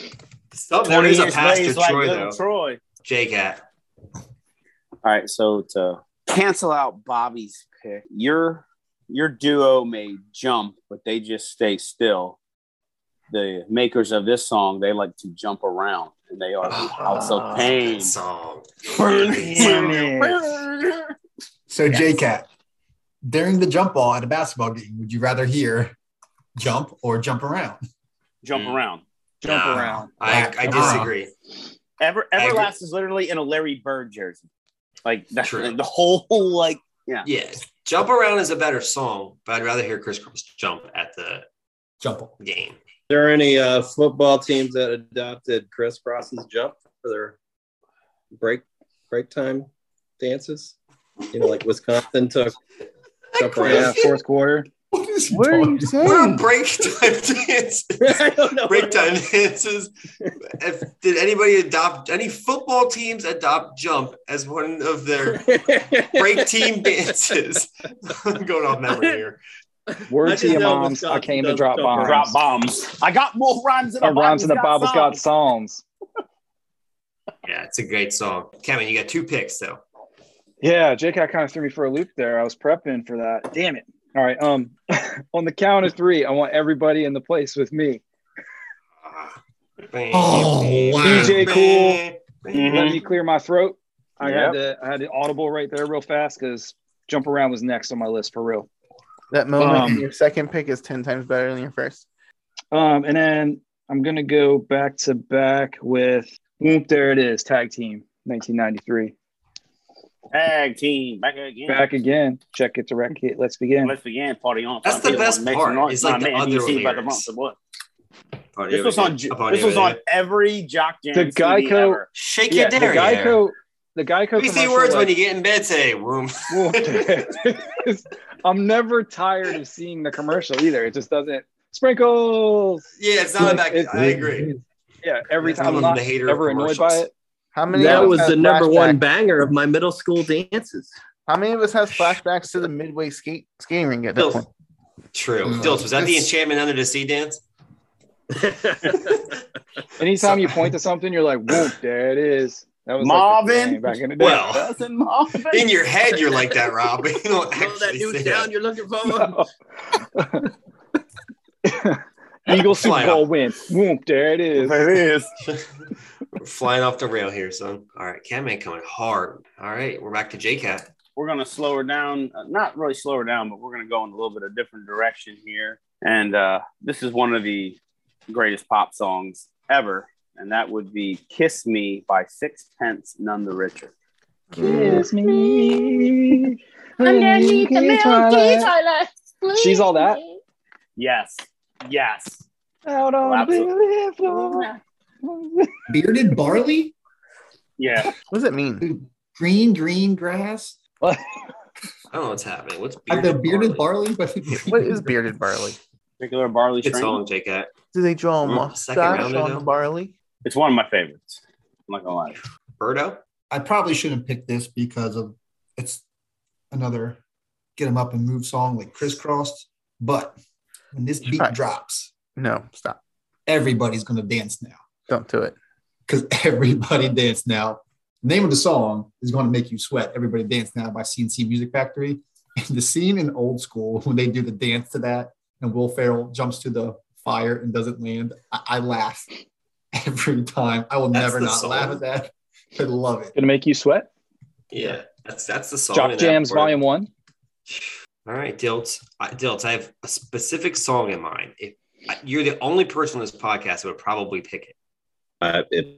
[SPEAKER 1] Some, there is a
[SPEAKER 6] 20 years
[SPEAKER 1] Pastor
[SPEAKER 6] later, it's like
[SPEAKER 1] Troy
[SPEAKER 6] Little
[SPEAKER 1] though.
[SPEAKER 6] Troy.
[SPEAKER 1] J Cat.
[SPEAKER 6] All right, so to cancel out Bobby's pick, your your duo may jump, but they just stay still. The makers of this song, they like to jump around, and they are
[SPEAKER 1] *sighs*
[SPEAKER 6] the House of Pain.
[SPEAKER 1] Ah, Song.
[SPEAKER 5] So J Cat, during the jump ball at a basketball game, would you rather hear jump or jump around?
[SPEAKER 6] Jump around.
[SPEAKER 2] Jump
[SPEAKER 1] Nah,
[SPEAKER 2] around.
[SPEAKER 1] I, I
[SPEAKER 5] Wow.
[SPEAKER 1] disagree.
[SPEAKER 6] Ever
[SPEAKER 1] Every-
[SPEAKER 6] Everlast is literally in a Larry Bird jersey. Like that's
[SPEAKER 1] True.
[SPEAKER 6] the whole like
[SPEAKER 1] Yeah. Jump Around is a better song, but I'd rather hear Chris Cross jump at the
[SPEAKER 5] Jump. ball.
[SPEAKER 1] game.
[SPEAKER 4] there any uh, football teams that adopted Chris Cross's jump for their break break time dances? You know, like Wisconsin took. *laughs* Jump
[SPEAKER 2] Yeah,
[SPEAKER 4] around.
[SPEAKER 2] fourth quarter.
[SPEAKER 5] What is he
[SPEAKER 3] What are you
[SPEAKER 5] talking?
[SPEAKER 1] We're
[SPEAKER 2] Hmm.
[SPEAKER 3] saying?
[SPEAKER 1] break time *laughs* dances.
[SPEAKER 4] I don't know.
[SPEAKER 1] Break
[SPEAKER 4] *laughs*
[SPEAKER 1] time dances. If, did anybody adopt any football teams adopt jump as one of their break
[SPEAKER 2] *laughs*
[SPEAKER 1] team dances? I'm going off memory here.
[SPEAKER 4] I
[SPEAKER 2] Word to
[SPEAKER 4] just
[SPEAKER 2] your
[SPEAKER 4] know
[SPEAKER 2] moms. I
[SPEAKER 4] Wisconsin
[SPEAKER 2] came to
[SPEAKER 4] does
[SPEAKER 2] drop
[SPEAKER 4] jump around.
[SPEAKER 2] bombs.
[SPEAKER 6] drop bombs. I got more rhymes than
[SPEAKER 2] Our rhymes in the Bible's got psalms.
[SPEAKER 6] songs.
[SPEAKER 1] Yeah, it's a great song. Kevin, you got two picks though.
[SPEAKER 2] Yeah, Jake, I kind of threw me for a loop there. I was prepping for that. Damn it. All right. Um, *laughs* on the count of three, I want everybody in the place with me.
[SPEAKER 1] Ah.
[SPEAKER 5] Oh, wow.
[SPEAKER 2] DJ Cool. Mm-hmm.
[SPEAKER 1] Cool.
[SPEAKER 2] Let me clear my throat. I
[SPEAKER 6] Yep.
[SPEAKER 2] had to I had to audible right there real fast because jump around was next on my list for real.
[SPEAKER 3] That moment
[SPEAKER 2] Um,
[SPEAKER 3] in your second pick is ten times better than your first.
[SPEAKER 2] Um, and then I'm gonna go back to back with whoop, there it is, tag team, 1993.
[SPEAKER 6] Tag team back again.
[SPEAKER 2] Back again. Check it to wreck it. Let's begin.
[SPEAKER 6] Let's begin. Party on.
[SPEAKER 1] That's the
[SPEAKER 6] Party on.
[SPEAKER 1] best
[SPEAKER 6] Make
[SPEAKER 1] part,
[SPEAKER 6] some noise.
[SPEAKER 1] is like
[SPEAKER 6] My
[SPEAKER 1] the
[SPEAKER 6] man,
[SPEAKER 1] other
[SPEAKER 6] DC by the
[SPEAKER 1] lyrics.
[SPEAKER 6] months of what?
[SPEAKER 1] Party
[SPEAKER 6] This was
[SPEAKER 1] over
[SPEAKER 6] on.
[SPEAKER 1] there.
[SPEAKER 6] ju-
[SPEAKER 1] A party
[SPEAKER 6] This was
[SPEAKER 1] over
[SPEAKER 6] on
[SPEAKER 1] there.
[SPEAKER 6] every Jock Jam
[SPEAKER 2] The
[SPEAKER 6] CD
[SPEAKER 2] Geico-
[SPEAKER 6] ever.
[SPEAKER 1] Shake
[SPEAKER 2] Yeah,
[SPEAKER 1] Your
[SPEAKER 2] the
[SPEAKER 1] Dairy. Air.
[SPEAKER 2] Geico the Geico
[SPEAKER 1] We see
[SPEAKER 2] commercial,
[SPEAKER 1] words
[SPEAKER 2] like-
[SPEAKER 1] when you get in bed today. Boom.
[SPEAKER 2] Well, *laughs* I'm never tired of seeing the commercial either. It just doesn't sprinkles.
[SPEAKER 1] *laughs* Yeah, it's not
[SPEAKER 2] Like,
[SPEAKER 1] about.
[SPEAKER 2] it's-
[SPEAKER 1] I agree.
[SPEAKER 2] Yeah, every
[SPEAKER 1] That's
[SPEAKER 2] time I'm
[SPEAKER 1] one
[SPEAKER 2] not
[SPEAKER 1] of the hater
[SPEAKER 2] ever annoyed by
[SPEAKER 1] commercials.
[SPEAKER 2] it.
[SPEAKER 3] How many?
[SPEAKER 4] That
[SPEAKER 3] of us
[SPEAKER 4] was
[SPEAKER 3] has
[SPEAKER 4] the number one
[SPEAKER 3] flashbacks-
[SPEAKER 4] banger of my middle school dances. *laughs*
[SPEAKER 3] How many of us has flashbacks to the midway skate skating rink at that
[SPEAKER 1] Dilts.
[SPEAKER 3] point?
[SPEAKER 1] True.
[SPEAKER 5] Mm.
[SPEAKER 1] Dilts, was that the
[SPEAKER 5] That's-
[SPEAKER 1] enchantment under the sea dance?
[SPEAKER 2] Anytime you point to something, you're like, "Whoop, there it is." That was Like the
[SPEAKER 6] Marvin?
[SPEAKER 2] thing back in the day.
[SPEAKER 1] Well, *laughs*
[SPEAKER 6] Doesn't Marvin?
[SPEAKER 1] Oh. in your head you're like that, Rob. *laughs* but You don't
[SPEAKER 4] Blow that
[SPEAKER 1] actually
[SPEAKER 4] new
[SPEAKER 1] say
[SPEAKER 4] town
[SPEAKER 1] that.
[SPEAKER 4] you're looking for.
[SPEAKER 2] *laughs* Eagle Super
[SPEAKER 1] Fly
[SPEAKER 2] Bowl
[SPEAKER 1] up.
[SPEAKER 2] win. Whoop, there it is.
[SPEAKER 6] It is.
[SPEAKER 1] *laughs* We're flying off the rail here, son. All right, Catman coming hard. All right, we're back to JCat.
[SPEAKER 6] we're going to slow her down. Uh, not really slow her down, but we're going to go in a little bit of different direction here. And uh, this is one of the greatest pop songs ever, and that would be "Kiss Me" by Sixpence None the Richer.
[SPEAKER 2] Kiss me.
[SPEAKER 7] Underneath the milky
[SPEAKER 2] Twilight.
[SPEAKER 7] twilight. blue
[SPEAKER 2] She's all that?
[SPEAKER 6] Yes, yes.
[SPEAKER 2] Out on the
[SPEAKER 6] Absolutely.
[SPEAKER 2] blue floor.
[SPEAKER 5] Bearded barley,
[SPEAKER 1] *laughs*
[SPEAKER 6] Yeah,
[SPEAKER 3] What does it mean?
[SPEAKER 5] green green grass.
[SPEAKER 1] I don't know what's happening. What's
[SPEAKER 5] I've
[SPEAKER 1] bearded,
[SPEAKER 5] been bearded
[SPEAKER 1] barley?
[SPEAKER 5] barley, but
[SPEAKER 3] *laughs* What is bearded barley?
[SPEAKER 6] particular barley
[SPEAKER 1] Good
[SPEAKER 6] strain.
[SPEAKER 1] song, JCat.
[SPEAKER 3] Do they draw a
[SPEAKER 1] Mm,
[SPEAKER 3] mustache
[SPEAKER 1] second round, I
[SPEAKER 3] on
[SPEAKER 1] know.
[SPEAKER 3] the barley?
[SPEAKER 6] It's one of my favorites. I'm not gonna lie.
[SPEAKER 1] Birdo.
[SPEAKER 5] I probably shouldn't pick this because of it's another get 'em up and move song like crisscrossed. But when this beat
[SPEAKER 3] Right.
[SPEAKER 5] drops,
[SPEAKER 3] No, stop.
[SPEAKER 5] everybody's gonna dance now
[SPEAKER 3] Don't do it.
[SPEAKER 5] because *laughs* everybody dance now. The name of the song is going to make you sweat. Everybody dance now by CNC Music Factory. *laughs* And the scene in old school *laughs* when they do the dance to that, and Will Ferrell jumps to the fire and doesn't land. I, I laugh *laughs* every time. I will
[SPEAKER 1] That's
[SPEAKER 5] never
[SPEAKER 1] the
[SPEAKER 5] not
[SPEAKER 1] song?
[SPEAKER 5] laugh at that. I love it.
[SPEAKER 2] *laughs* Gonna make you sweat.
[SPEAKER 1] Yeah, that's that's the song. in
[SPEAKER 2] Jock
[SPEAKER 1] that
[SPEAKER 2] Jams
[SPEAKER 1] part.
[SPEAKER 2] Volume
[SPEAKER 7] *laughs*
[SPEAKER 2] One.
[SPEAKER 1] All right, Dilts. I, Dilts, I have a specific song in mind. If I, you're the only person on this podcast that would probably pick it,
[SPEAKER 4] Uh, it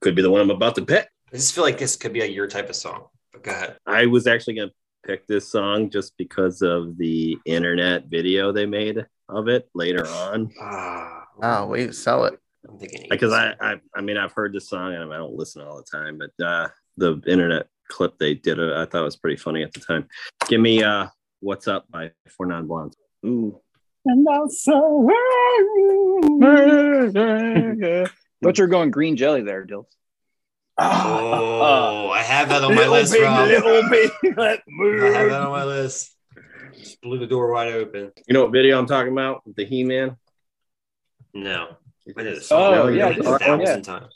[SPEAKER 4] could be the one I'm about to pick.
[SPEAKER 1] I just feel like this could be a your type of song. But go ahead.
[SPEAKER 4] I was actually going to pick this song just because of the internet video they made of it later on.
[SPEAKER 1] Ah,
[SPEAKER 3] Oh, wait, sell it.
[SPEAKER 1] I'm thinking
[SPEAKER 4] Because I, I, I mean, I've heard this song and I don't listen all the time, but uh, the internet clip they did, uh, I thought was pretty funny at the time. Give me uh, "What's Up" by Four Non Blondes. Ooh,
[SPEAKER 6] And I'll so
[SPEAKER 2] Thought you were going green jelly there, Dills.
[SPEAKER 1] Oh, I have that on
[SPEAKER 4] *laughs*
[SPEAKER 1] my list, Rob. *laughs* I have that on my list. Just blew the door wide open.
[SPEAKER 4] you know what video I'm talking about? The He-Man.
[SPEAKER 1] No, I know the song.
[SPEAKER 2] Oh,
[SPEAKER 1] I've
[SPEAKER 2] yeah,
[SPEAKER 1] heard it
[SPEAKER 2] I did.
[SPEAKER 1] a
[SPEAKER 2] Oh,
[SPEAKER 1] thousand
[SPEAKER 2] yeah.
[SPEAKER 1] times.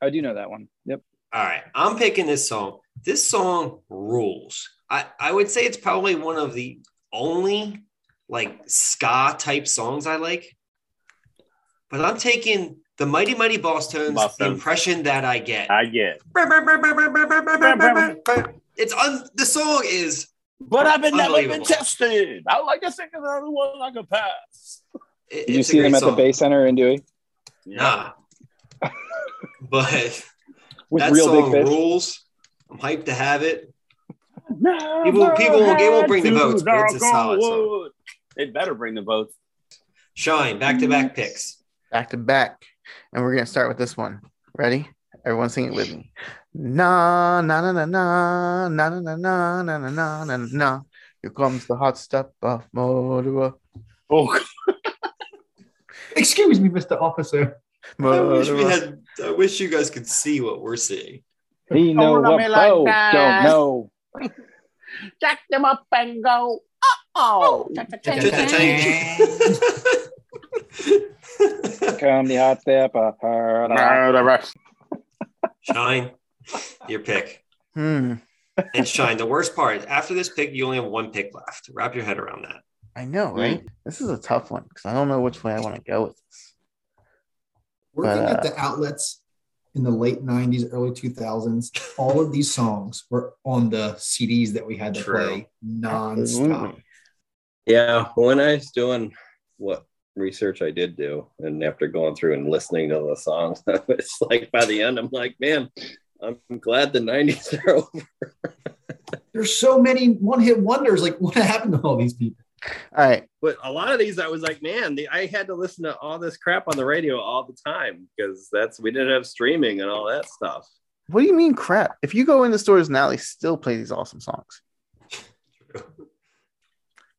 [SPEAKER 2] I do know that one. Yep.
[SPEAKER 1] All right, I'm picking this song. This song rules. I, I would say it's probably one of the only like ska type songs I like. But I'm taking the Mighty Mighty Boss Tones,
[SPEAKER 6] Boss
[SPEAKER 1] the
[SPEAKER 6] Tones.
[SPEAKER 1] impression that I get.
[SPEAKER 6] I get.
[SPEAKER 1] It's un- the song is
[SPEAKER 6] But I've been never been
[SPEAKER 1] Unbelievable.
[SPEAKER 6] tested. I like to think of the other one like a pass.
[SPEAKER 1] it-
[SPEAKER 2] Did you
[SPEAKER 1] it's a
[SPEAKER 2] see
[SPEAKER 1] great
[SPEAKER 2] them at the
[SPEAKER 1] song.
[SPEAKER 2] Bay Center in Dewey *laughs*
[SPEAKER 1] Nah. but
[SPEAKER 2] with
[SPEAKER 1] that
[SPEAKER 2] real
[SPEAKER 1] song
[SPEAKER 2] big fish?
[SPEAKER 1] rules. I'm hyped to have it. People- people won't- they won't bring the votes, but it's a solid song.
[SPEAKER 6] They better bring the votes.
[SPEAKER 1] Shine back to back picks.
[SPEAKER 3] Back to back. And we're gonna start with this one. Ready? Everyone sing it with me. Na na na na na na na na na na na na na na. Here comes the hot stuff of Motorola.
[SPEAKER 6] Oh,
[SPEAKER 5] Excuse me, Mr. Officer.
[SPEAKER 2] Uh,
[SPEAKER 1] I wish we
[SPEAKER 3] Motorola.
[SPEAKER 1] had. I wish you guys could see what we're seeing.
[SPEAKER 2] He know
[SPEAKER 7] Don't
[SPEAKER 2] what
[SPEAKER 7] rub me like
[SPEAKER 2] Bo
[SPEAKER 7] that.
[SPEAKER 2] don't know.
[SPEAKER 7] Jack them up and go. Oh,
[SPEAKER 2] *laughs* Come the hot step uh, up. her.
[SPEAKER 1] Shine, your pick.
[SPEAKER 3] Hmm.
[SPEAKER 1] And Shine, the worst part after this pick, you only have one pick left. Wrap your head around that.
[SPEAKER 3] I know, right? This is a tough one because I don't know which way I want to go with this.
[SPEAKER 5] Working
[SPEAKER 3] But,
[SPEAKER 5] at the outlets in the late 90s, early 2000s, all of these songs were on the CDs that we had to
[SPEAKER 1] True.
[SPEAKER 5] play nonstop.
[SPEAKER 3] Absolutely.
[SPEAKER 4] Yeah, when I was doing what research I did do, and after going through and listening to the songs, *laughs* it's like by the end, I'm like, man, I'm glad the 90s are *laughs* over.
[SPEAKER 5] There's so many one hit wonders. Like, *laughs* what happened to all these people?
[SPEAKER 3] All right.
[SPEAKER 4] But a lot of these, I was like, man, the, I had to listen to all this crap on the radio all the time because that's we didn't have streaming and all that stuff.
[SPEAKER 3] What do you mean crap? If you go into stores now, they still play these awesome songs.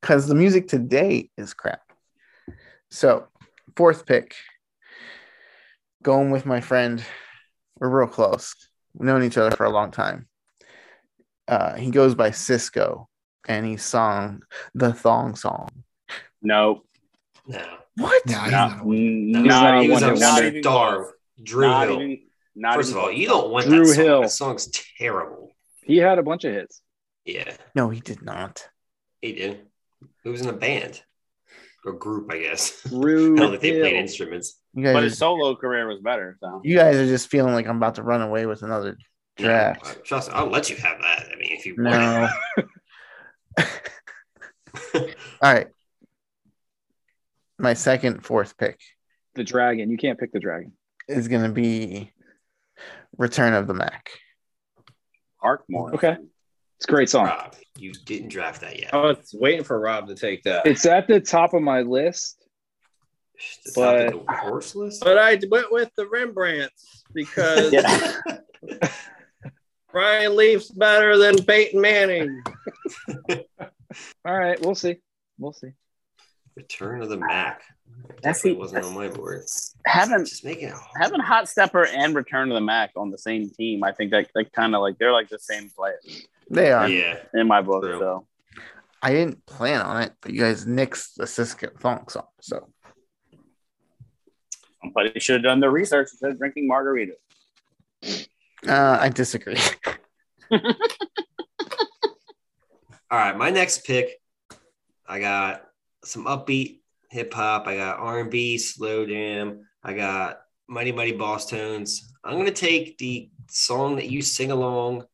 [SPEAKER 3] Because the music today is crap. So, fourth pick. Going with my friend. We're real close. We've known each other for a long time. Uh, he goes by Cisco and he sung the thong song.
[SPEAKER 6] no,
[SPEAKER 1] No,
[SPEAKER 3] What?
[SPEAKER 5] Nah, he's
[SPEAKER 6] no,
[SPEAKER 5] not a winner.
[SPEAKER 6] no,
[SPEAKER 1] He's
[SPEAKER 2] not
[SPEAKER 1] he
[SPEAKER 2] a
[SPEAKER 1] was
[SPEAKER 2] one-hit
[SPEAKER 1] a
[SPEAKER 2] wonder.
[SPEAKER 1] star. Drew
[SPEAKER 6] Not
[SPEAKER 1] Hill.
[SPEAKER 6] even, Not
[SPEAKER 1] First of
[SPEAKER 6] even
[SPEAKER 1] all, you don't want
[SPEAKER 2] Drew
[SPEAKER 1] that song.
[SPEAKER 2] Hill.
[SPEAKER 1] That song's terrible.
[SPEAKER 2] He had a bunch of hits.
[SPEAKER 1] Yeah,
[SPEAKER 3] No, he did not.
[SPEAKER 1] he did. He was in a band or group, I guess. I
[SPEAKER 2] Drew
[SPEAKER 1] don't think they
[SPEAKER 2] Hill.
[SPEAKER 1] played instruments.
[SPEAKER 3] You
[SPEAKER 6] but
[SPEAKER 3] guys,
[SPEAKER 6] his solo career was better. So
[SPEAKER 3] you guys are just feeling like I'm about to run away with another draft.
[SPEAKER 1] No, trust me, I'll let you have that. I mean, if you want.
[SPEAKER 3] *laughs* No. All right. My second fourth pick
[SPEAKER 2] The Dragon. You can't pick the Dragon.
[SPEAKER 3] is going to be Return of the Mac.
[SPEAKER 6] Park more.
[SPEAKER 2] Okay. It's a great song.
[SPEAKER 1] Rob, you didn't draft that yet.
[SPEAKER 4] I was waiting for Rob to take that.
[SPEAKER 2] It's at the top of my list.
[SPEAKER 1] The top
[SPEAKER 2] but-
[SPEAKER 1] of the horse
[SPEAKER 4] *laughs*
[SPEAKER 1] list?
[SPEAKER 4] But I went with the Rembrandts *laughs* because Brian Leaf's better than Peyton *laughs* Manning.
[SPEAKER 2] All right, we'll see. We'll see.
[SPEAKER 1] Return of the Mac.
[SPEAKER 6] That's
[SPEAKER 1] Definitely
[SPEAKER 6] the-
[SPEAKER 1] wasn't on my board.
[SPEAKER 6] Haven't
[SPEAKER 1] Just making it hard.
[SPEAKER 6] having Hot Stepper and Return of the Mac on the same team. I think that, that kind of like they're like the same player
[SPEAKER 3] They are.
[SPEAKER 1] Yeah.
[SPEAKER 6] in my book.
[SPEAKER 1] True.
[SPEAKER 6] So
[SPEAKER 3] I didn't plan on it, but you guys nixed the Cisco Thong song. So
[SPEAKER 6] but they should have done their research instead of drinking margaritas.
[SPEAKER 3] uh, I *laughs* disagree.
[SPEAKER 1] All right, my next pick, I got some upbeat hip hop. I got R and B, slow jam. I got mighty mighty boss tones. I'm gonna take the song that you sing along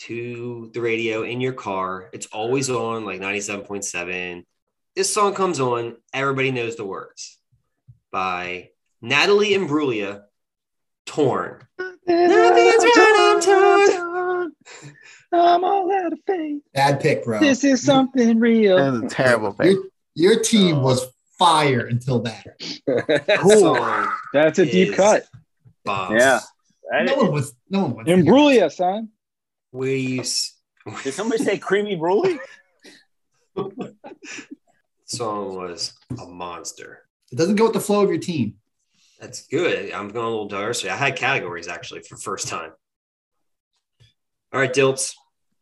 [SPEAKER 1] to the radio in your car. It's always on, like 97.7. This song comes on. Everybody knows the words by Natalie Imbruglia. Torn.
[SPEAKER 2] *laughs*
[SPEAKER 1] Nothing's right, I'm torn.
[SPEAKER 2] I'm all out of faith.
[SPEAKER 5] Bad pick, bro.
[SPEAKER 2] This is something real.
[SPEAKER 3] That was a terrible pick.
[SPEAKER 5] Your, your team was fire until that.
[SPEAKER 1] That song
[SPEAKER 2] That's a deep
[SPEAKER 1] is
[SPEAKER 2] cut.
[SPEAKER 1] bombs.
[SPEAKER 6] Yeah. I
[SPEAKER 5] No
[SPEAKER 6] didn't-
[SPEAKER 5] one was. No one was.
[SPEAKER 2] Imbruglia, son.
[SPEAKER 1] Where do you s-
[SPEAKER 6] Did somebody say creamy brulee?
[SPEAKER 1] song was a monster.
[SPEAKER 5] It doesn't go with the flow of your team.
[SPEAKER 1] That's good. I'm going a little diversity. I had categories actually for the first time. All right, Dilts,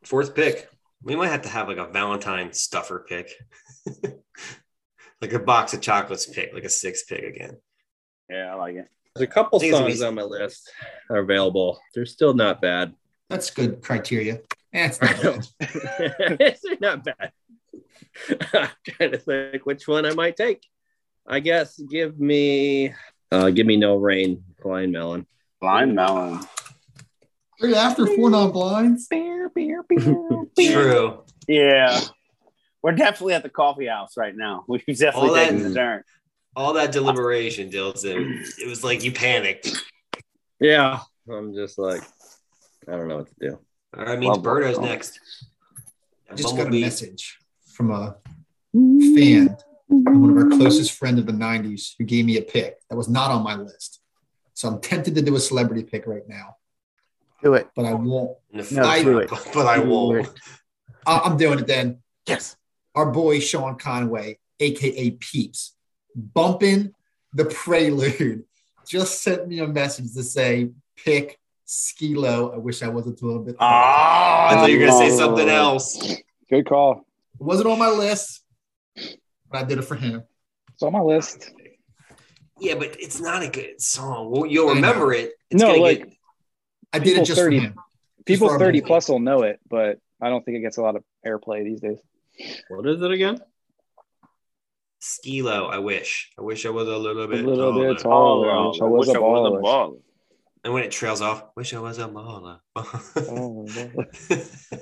[SPEAKER 1] fourth pick. We might have to have like a Valentine stuffer pick, *laughs* like a box of chocolates pick, like a six pick again.
[SPEAKER 6] Yeah, I like it.
[SPEAKER 4] There's a couple
[SPEAKER 1] I think it's
[SPEAKER 4] songs
[SPEAKER 1] amazing.
[SPEAKER 4] on my list are available. They're still
[SPEAKER 1] *laughs*
[SPEAKER 4] not bad.
[SPEAKER 5] That's good criteria.
[SPEAKER 4] *laughs*
[SPEAKER 5] That's not bad.
[SPEAKER 4] They're not bad. *laughs* I'm trying to think which one I might take. I guess give me uh give me no rain, blind melon.
[SPEAKER 6] Blind melon.
[SPEAKER 5] Three after four non blinds.
[SPEAKER 1] True.
[SPEAKER 6] Yeah. We're definitely at the coffee house right now. *laughs* We've
[SPEAKER 1] All
[SPEAKER 6] definitely
[SPEAKER 1] that-
[SPEAKER 6] taken the turn.
[SPEAKER 1] All that deliberation, Dilts, and it was like you panicked.
[SPEAKER 4] Yeah. I'm just like, I don't know what to do.
[SPEAKER 1] All right, means
[SPEAKER 6] Love that
[SPEAKER 1] Birdo's
[SPEAKER 6] song.
[SPEAKER 1] next.
[SPEAKER 5] I just got a
[SPEAKER 1] Bumblebee.
[SPEAKER 5] message from a fan, one of our closest friend of the '90s, who gave me a pick that was not on my list. So I'm tempted to do a celebrity pick right now,
[SPEAKER 3] Do it.
[SPEAKER 5] but I won't.
[SPEAKER 1] in the
[SPEAKER 3] No,
[SPEAKER 1] front,
[SPEAKER 3] do it.
[SPEAKER 1] but I won't.
[SPEAKER 5] I- I'm doing it then.
[SPEAKER 3] Yes.
[SPEAKER 5] our boy Sean Conway, aka Peeps, bumping the prelude, just sent me a message to say pick Skilo. I wish I wasn't a little bit.
[SPEAKER 1] I
[SPEAKER 6] Ah,
[SPEAKER 1] thought you were gonna say
[SPEAKER 2] Oh,
[SPEAKER 6] no.
[SPEAKER 1] something else.
[SPEAKER 2] Good call.
[SPEAKER 5] It wasn't on my list, but I did it for him.
[SPEAKER 2] It's on my list.
[SPEAKER 1] Yeah, but it's not a good song. Well, you'll
[SPEAKER 5] I know.
[SPEAKER 1] remember it. It's
[SPEAKER 2] No,
[SPEAKER 1] gonna
[SPEAKER 2] like-
[SPEAKER 1] get,
[SPEAKER 5] I did
[SPEAKER 2] People
[SPEAKER 5] it just
[SPEAKER 2] 30.
[SPEAKER 5] for him.
[SPEAKER 2] People
[SPEAKER 5] for our
[SPEAKER 2] 30
[SPEAKER 5] boy.
[SPEAKER 2] plus will know it, but I don't think it gets a lot of airplay these days.
[SPEAKER 4] What is it again?
[SPEAKER 1] Skilo. I wish. I wish I was a little
[SPEAKER 2] A
[SPEAKER 1] bit
[SPEAKER 2] little
[SPEAKER 1] taller.
[SPEAKER 2] bit taller. I
[SPEAKER 6] Oh,
[SPEAKER 2] wish I was a baller.
[SPEAKER 6] baller.
[SPEAKER 1] and when it trails off, wish I was a baller.
[SPEAKER 2] *laughs*
[SPEAKER 1] *laughs*
[SPEAKER 2] Oh, well.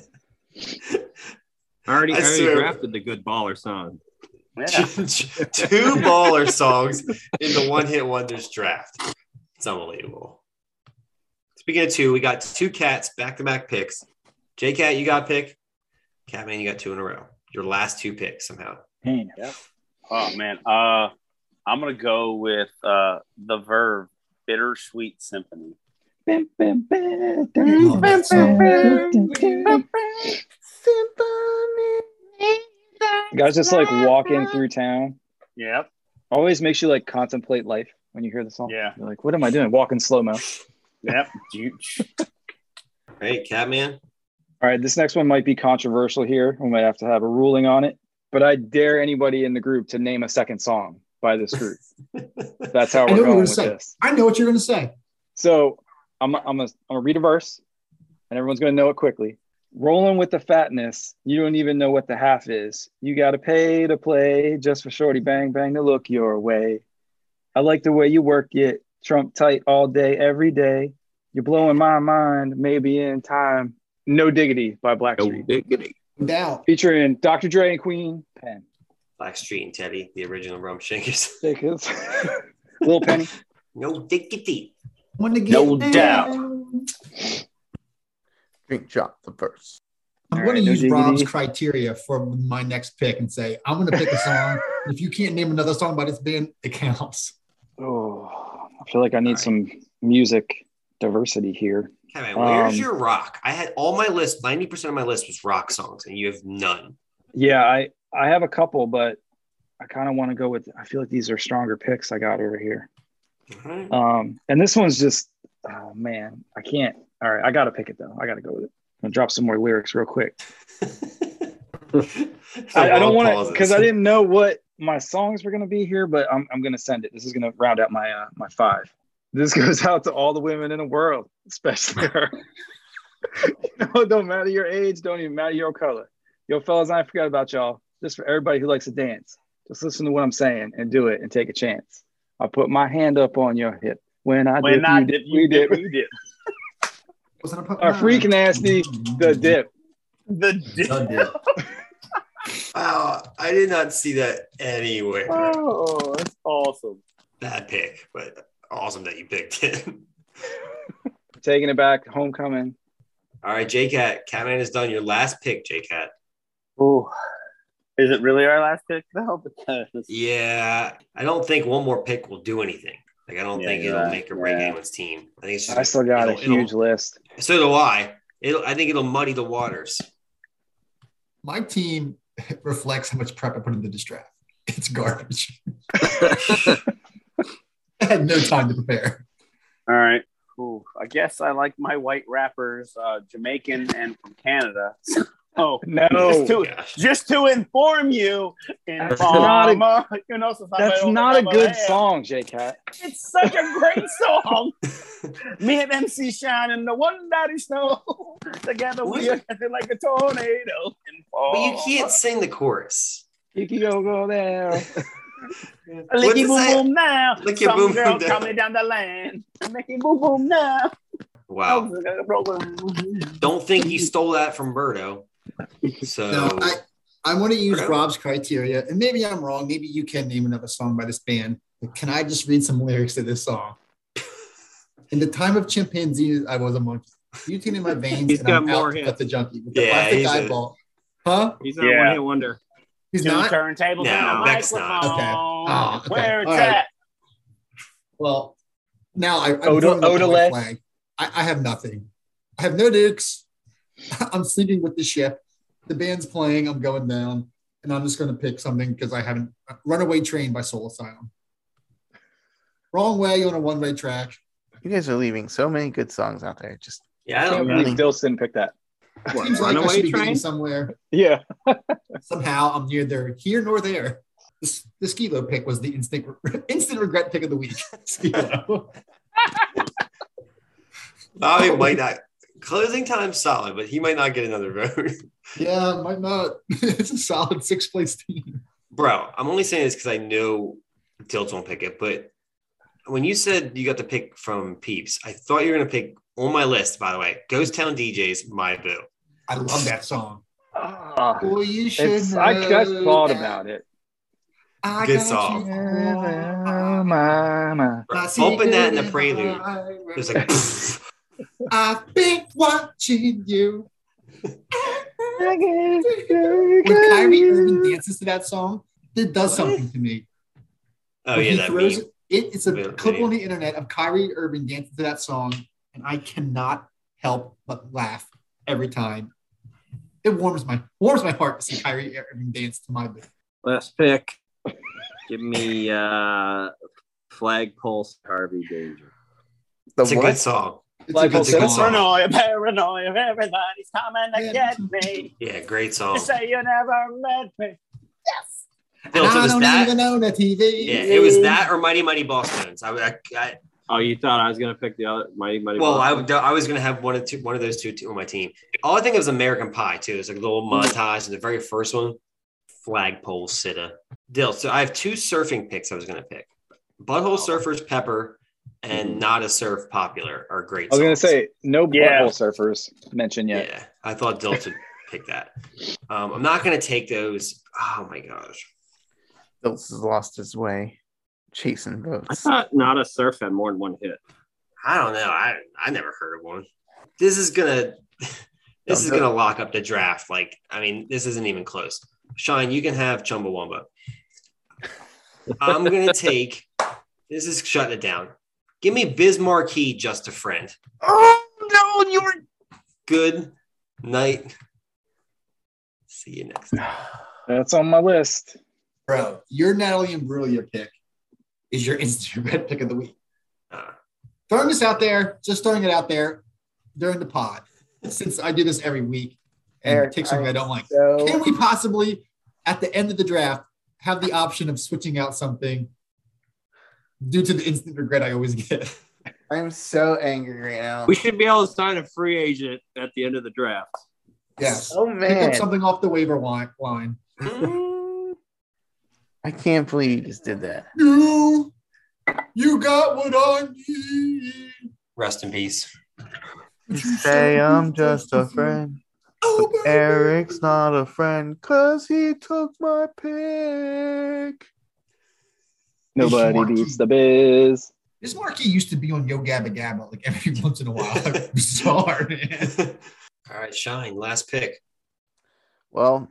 [SPEAKER 4] I already,
[SPEAKER 1] I
[SPEAKER 4] I already
[SPEAKER 1] swear.
[SPEAKER 4] drafted the good baller song.
[SPEAKER 6] Yeah.
[SPEAKER 1] Two baller songs in the one hit wonders draft. It's unbelievable. Speaking of two, we got two cats back to back picks. J Cat, you got a pick. Catman, you got two in a row. Your last two picks somehow.
[SPEAKER 2] Dang.
[SPEAKER 6] Oh man. Uh I'm gonna go with uh the Verve Bittersweet Symphony.
[SPEAKER 2] Bim, bim, bim,
[SPEAKER 5] Oh,
[SPEAKER 2] dun,
[SPEAKER 5] that song.
[SPEAKER 2] dun, dun, dun. Guys, just like walking through town
[SPEAKER 6] Yep.
[SPEAKER 2] always makes you like contemplate life when you hear the song.
[SPEAKER 6] Yeah.
[SPEAKER 2] You're like, what am I doing? Walking slow mo.
[SPEAKER 6] Yep. You-
[SPEAKER 1] Right, Catman?
[SPEAKER 2] All right, this next one might be controversial here. We might have to have a ruling on it, but I dare anybody in the group to name a second
[SPEAKER 5] *laughs*
[SPEAKER 2] song by this group. That's how
[SPEAKER 5] I know
[SPEAKER 2] we're going
[SPEAKER 5] what you're
[SPEAKER 2] with
[SPEAKER 5] saying.
[SPEAKER 2] this.
[SPEAKER 5] I know what you're going to say.
[SPEAKER 2] So I'm I'm gonna, I'm gonna read a verse, and everyone's gonna know it quickly. Rolling with the fatness, you don't even know what the half is. You gotta pay to play just for shorty bang bang to look your way. I like the way you work it, trump tight all day, every day. You're blowing my mind. Maybe in time, no diggity by Blackstreet,
[SPEAKER 4] diggity.
[SPEAKER 5] Doubt.
[SPEAKER 2] featuring Dr. Dre and Queen Pen.
[SPEAKER 1] Blackstreet and Teddy, the original Rum Shakers.
[SPEAKER 2] *laughs* Because Little Penny.
[SPEAKER 1] *laughs* No diggity.
[SPEAKER 5] Wanna get
[SPEAKER 6] No
[SPEAKER 5] down.
[SPEAKER 6] doubt.
[SPEAKER 3] Drink drop the verse.
[SPEAKER 5] I'm
[SPEAKER 2] All
[SPEAKER 5] going
[SPEAKER 2] right,
[SPEAKER 5] to
[SPEAKER 2] no
[SPEAKER 5] use Rob's
[SPEAKER 2] diggity.
[SPEAKER 5] criteria for my next pick and say I'm going to pick a song. if you can't name another song by this band, it counts.
[SPEAKER 2] Oh, I feel like I need
[SPEAKER 1] right.
[SPEAKER 2] some music diversity here.
[SPEAKER 1] Kevin, where's
[SPEAKER 2] Um,
[SPEAKER 1] your rock? I had all my list, 90% of my list was rock songs, and you have none.
[SPEAKER 2] Yeah, I I have a couple, but I kind of want to go with. I feel like these are stronger picks I got over here.
[SPEAKER 1] All right.
[SPEAKER 2] Um, and this one's just, oh man, I can't. All right, I gotta pick it though. I gotta go with it. I'm gonna drop some more lyrics real quick. I, I don't want
[SPEAKER 1] *laughs*
[SPEAKER 2] to because I didn't know what my songs were gonna be here, but I'm I'm gonna send it. This is gonna round out my uh, my five. This *laughs* goes out to all the women in the world, especially her. *laughs* you know, it don't matter your age, don't even matter your color. Yo, fellas, I forgot about y'all. Just for everybody who likes to dance, just listen to what I'm saying and do it and take a chance. I put my hand up on your hip when I
[SPEAKER 6] When
[SPEAKER 2] dip,
[SPEAKER 6] I
[SPEAKER 2] you
[SPEAKER 6] dip,
[SPEAKER 2] dip,
[SPEAKER 6] you
[SPEAKER 2] we
[SPEAKER 6] dip,
[SPEAKER 2] dip.
[SPEAKER 6] we dip.
[SPEAKER 5] Wasn't I
[SPEAKER 2] *laughs*
[SPEAKER 5] put
[SPEAKER 2] Our
[SPEAKER 5] mine?
[SPEAKER 2] freak nasty, the dip.
[SPEAKER 6] The
[SPEAKER 5] The
[SPEAKER 6] dip.
[SPEAKER 5] dip.
[SPEAKER 1] Wow, I did not see that anywhere.
[SPEAKER 2] Uh.
[SPEAKER 6] Oh, that's awesome.
[SPEAKER 1] Bad pick, but awesome that you picked it. *laughs*
[SPEAKER 2] Taking it back, homecoming.
[SPEAKER 1] All right, J Cat, Catman is done. Your last pick, J Cat.
[SPEAKER 6] Ooh. Is it really our last pick? No, *laughs* because
[SPEAKER 1] Yeah, I don't think one more pick will do anything. Like I don't
[SPEAKER 6] Yeah,
[SPEAKER 1] think
[SPEAKER 6] you're
[SPEAKER 1] it'll
[SPEAKER 6] right.
[SPEAKER 1] make or break
[SPEAKER 6] Yeah.
[SPEAKER 1] anyone's team. I think it's just
[SPEAKER 2] I still got a
[SPEAKER 1] it'll- it'll-
[SPEAKER 2] huge list.
[SPEAKER 1] So do I. It'll, I think it'll muddy the waters.
[SPEAKER 5] My team *laughs* reflects how much prep I put into this draft. It's garbage. *laughs* I had no time to prepare.
[SPEAKER 6] All right. Ooh, I guess I like my white rappers, uh, Jamaican and from Canada. *laughs* Oh,
[SPEAKER 2] No,
[SPEAKER 6] just to
[SPEAKER 1] Gosh.
[SPEAKER 6] just to inform you, in
[SPEAKER 2] That's not a-
[SPEAKER 6] Mama, you know, since I'm
[SPEAKER 2] that's
[SPEAKER 6] an
[SPEAKER 2] not
[SPEAKER 6] older
[SPEAKER 2] a good
[SPEAKER 6] man.
[SPEAKER 2] song, J Cat.
[SPEAKER 6] It's such a
[SPEAKER 2] *laughs*
[SPEAKER 6] great song. Me and MC Shine and the one that is snow *laughs* together we are acting like a tornado. And fall.
[SPEAKER 1] But you can't sing the chorus.
[SPEAKER 2] You can go go there.
[SPEAKER 1] What's
[SPEAKER 6] Licky
[SPEAKER 1] it
[SPEAKER 6] boom
[SPEAKER 1] say?
[SPEAKER 6] boom now.
[SPEAKER 1] Licky
[SPEAKER 6] Some
[SPEAKER 1] boom boom
[SPEAKER 6] girl
[SPEAKER 1] down.
[SPEAKER 6] coming down the lane. Licky boom boom now.
[SPEAKER 1] Wow. Don't think you stole that from Birdo. So
[SPEAKER 5] No, I, I want to use
[SPEAKER 1] Okay.
[SPEAKER 5] Rob's criteria, and maybe I'm wrong. Maybe you can name another song by this band. But can I just read some lyrics to this song? In the time of chimpanzees, I was a monkey. Butane in my veins,
[SPEAKER 8] He's
[SPEAKER 5] and
[SPEAKER 8] got
[SPEAKER 5] I'm
[SPEAKER 8] more
[SPEAKER 5] out
[SPEAKER 8] hits.
[SPEAKER 5] at the junkie with the
[SPEAKER 1] Yeah,
[SPEAKER 5] plastic
[SPEAKER 1] he's a-
[SPEAKER 5] eyeball. huh?
[SPEAKER 8] He's not
[SPEAKER 6] Yeah.
[SPEAKER 8] one hit wonder.
[SPEAKER 5] He's
[SPEAKER 6] Two
[SPEAKER 5] not.
[SPEAKER 6] turntables
[SPEAKER 1] No,
[SPEAKER 6] and a
[SPEAKER 1] that's
[SPEAKER 6] microphone.
[SPEAKER 1] not.
[SPEAKER 5] Okay. Oh, okay.
[SPEAKER 6] Where it's
[SPEAKER 5] All right.
[SPEAKER 6] at?
[SPEAKER 5] Well, now I, I'm
[SPEAKER 2] Oda-
[SPEAKER 5] throwing up the
[SPEAKER 2] Odaless.
[SPEAKER 5] white flag. I, I have nothing. I have no nukes. *laughs* I'm sleeping with the ship. The band's playing. I'm going down, and I'm just going to pick something because I haven't. uh, Runaway Train by Soul Asylum. Wrong way on a one-way track.
[SPEAKER 3] You guys are leaving so many good songs out there. Just
[SPEAKER 1] yeah, I
[SPEAKER 2] I can't
[SPEAKER 1] don't
[SPEAKER 2] believe
[SPEAKER 3] Yeah.
[SPEAKER 2] Dilson picked that.
[SPEAKER 8] What,
[SPEAKER 5] Seems like I
[SPEAKER 8] Runaway
[SPEAKER 5] should be getting
[SPEAKER 8] Train?
[SPEAKER 5] somewhere.
[SPEAKER 2] Yeah,
[SPEAKER 5] Somehow I'm near there, here nor there. This, the Skilo pick was the instant *laughs* instant regret pick of the week. *laughs*
[SPEAKER 8] *laughs*
[SPEAKER 5] Skilo.
[SPEAKER 1] Bobby might not. Closing time's solid, but he might not get another vote. *laughs*
[SPEAKER 5] yeah, might not. *laughs* it's a solid sixth place team.
[SPEAKER 1] Bro, I'm only saying this because I know Dilts won't pick it, but when you said you got the pick from Peeps, I thought you were gonna pick on my list, by the way, Ghost Town DJs, my boo.
[SPEAKER 5] I love that song.
[SPEAKER 2] Ah,
[SPEAKER 5] Well, you should.
[SPEAKER 2] it's, I I thought about it.
[SPEAKER 5] I
[SPEAKER 1] Good
[SPEAKER 5] got
[SPEAKER 1] song.
[SPEAKER 5] you.
[SPEAKER 2] My, my.
[SPEAKER 1] Bro,
[SPEAKER 5] My
[SPEAKER 1] bumping that in the
[SPEAKER 5] secret
[SPEAKER 1] prelude. It was like *laughs* oh,
[SPEAKER 5] I've been watching you.
[SPEAKER 2] When
[SPEAKER 5] When Kyrie Irving dances to that song, it does
[SPEAKER 1] What?
[SPEAKER 5] something to me.
[SPEAKER 1] Oh
[SPEAKER 5] When
[SPEAKER 1] yeah,
[SPEAKER 5] he
[SPEAKER 1] that
[SPEAKER 5] throws
[SPEAKER 1] meme.
[SPEAKER 5] It, it's a
[SPEAKER 1] Video-
[SPEAKER 5] clip
[SPEAKER 1] video.
[SPEAKER 5] on the internet of Kyrie Irving dancing to that song, and I cannot help but laugh every time. It warms my warms my heart to see Kyrie Irving dance to my beat.
[SPEAKER 4] Last pick. Give me uh flag pulse Harvey Danger.
[SPEAKER 3] the
[SPEAKER 1] It's a good
[SPEAKER 3] what?
[SPEAKER 1] song.
[SPEAKER 5] It's
[SPEAKER 2] Like
[SPEAKER 5] a good
[SPEAKER 2] I'll say-
[SPEAKER 5] song.
[SPEAKER 6] Paranoia, paranoia, everybody's coming to
[SPEAKER 5] Yeah.
[SPEAKER 6] get me.
[SPEAKER 1] Yeah, great song.
[SPEAKER 6] You say you never met me.
[SPEAKER 5] And
[SPEAKER 1] Dilts, it
[SPEAKER 5] I
[SPEAKER 1] was
[SPEAKER 5] don't
[SPEAKER 1] that.
[SPEAKER 5] even own a TV.
[SPEAKER 1] Yeah, it was that or Mighty Mighty Boss Tones. I, I, I
[SPEAKER 4] Oh, you thought I was gonna pick the other Mighty Mighty.
[SPEAKER 1] Well, I,
[SPEAKER 4] Boston?
[SPEAKER 1] would- I was going to have one of two, one of those two on my team. All I think of is American Pie too. It's like a
[SPEAKER 2] Hmm.
[SPEAKER 1] little montage, and the very first one, flagpole sitta. Dill. So I have two surfing picks. I was going to pick Butthole Surfers Pepper and Not a Surf Popular are great.
[SPEAKER 2] Hmm. I was gonna
[SPEAKER 1] songs.
[SPEAKER 2] say no
[SPEAKER 6] Yeah.
[SPEAKER 2] butthole surfers mentioned
[SPEAKER 1] yeah.
[SPEAKER 2] yet.
[SPEAKER 1] I thought Dill would pick that. Um, I'm not going to take those. Oh my gosh.
[SPEAKER 3] Dilts has lost his way chasing
[SPEAKER 4] I
[SPEAKER 3] boats.
[SPEAKER 4] thought not a surf had more than one hit.
[SPEAKER 1] I don't know. I I never heard of one. This is gonna *laughs* this is gonna lock up the draft. Like, I mean, this isn't even close. Sean, you can have Chumbawamba. I'm *laughs* gonna take this is shutting it down. Give me Bismarcky, just a friend.
[SPEAKER 3] Oh no, you were
[SPEAKER 1] Good night. See you next time.
[SPEAKER 2] That's on my list.
[SPEAKER 5] Bro, your Natalie and Brulia pick is your Instagram *laughs* pick of the week.
[SPEAKER 1] Uh,
[SPEAKER 5] Throwing this out there, just throwing it out there during the pod, since I do this every week and
[SPEAKER 3] Eric,
[SPEAKER 5] take something
[SPEAKER 3] I-
[SPEAKER 5] I don't like. Can
[SPEAKER 3] so
[SPEAKER 5] we possibly, at the end of the draft, have the option of switching out something due to the instant regret I always
[SPEAKER 3] *laughs*
[SPEAKER 5] get?
[SPEAKER 3] I'm so angry right now.
[SPEAKER 4] We should be able to sign a free agent at the end of the draft.
[SPEAKER 5] Yes.
[SPEAKER 3] oh
[SPEAKER 5] Pick
[SPEAKER 3] man,
[SPEAKER 5] up something off the waiver wi- line.
[SPEAKER 3] I can't believe you just did that.
[SPEAKER 5] You, you got what I need.
[SPEAKER 1] Rest in peace.
[SPEAKER 3] Say I'm just a friend.
[SPEAKER 5] Oh, baby.
[SPEAKER 3] Eric's not a friend because he took my pick.
[SPEAKER 2] Nobody
[SPEAKER 5] Bismarcky.
[SPEAKER 2] beats the biz.
[SPEAKER 5] This marquee used to be on Yo Gabba Gabba like every *laughs* once in a while. Like, Bizarre, *laughs* man.
[SPEAKER 1] *laughs* All right, Shine, last pick.
[SPEAKER 3] Well,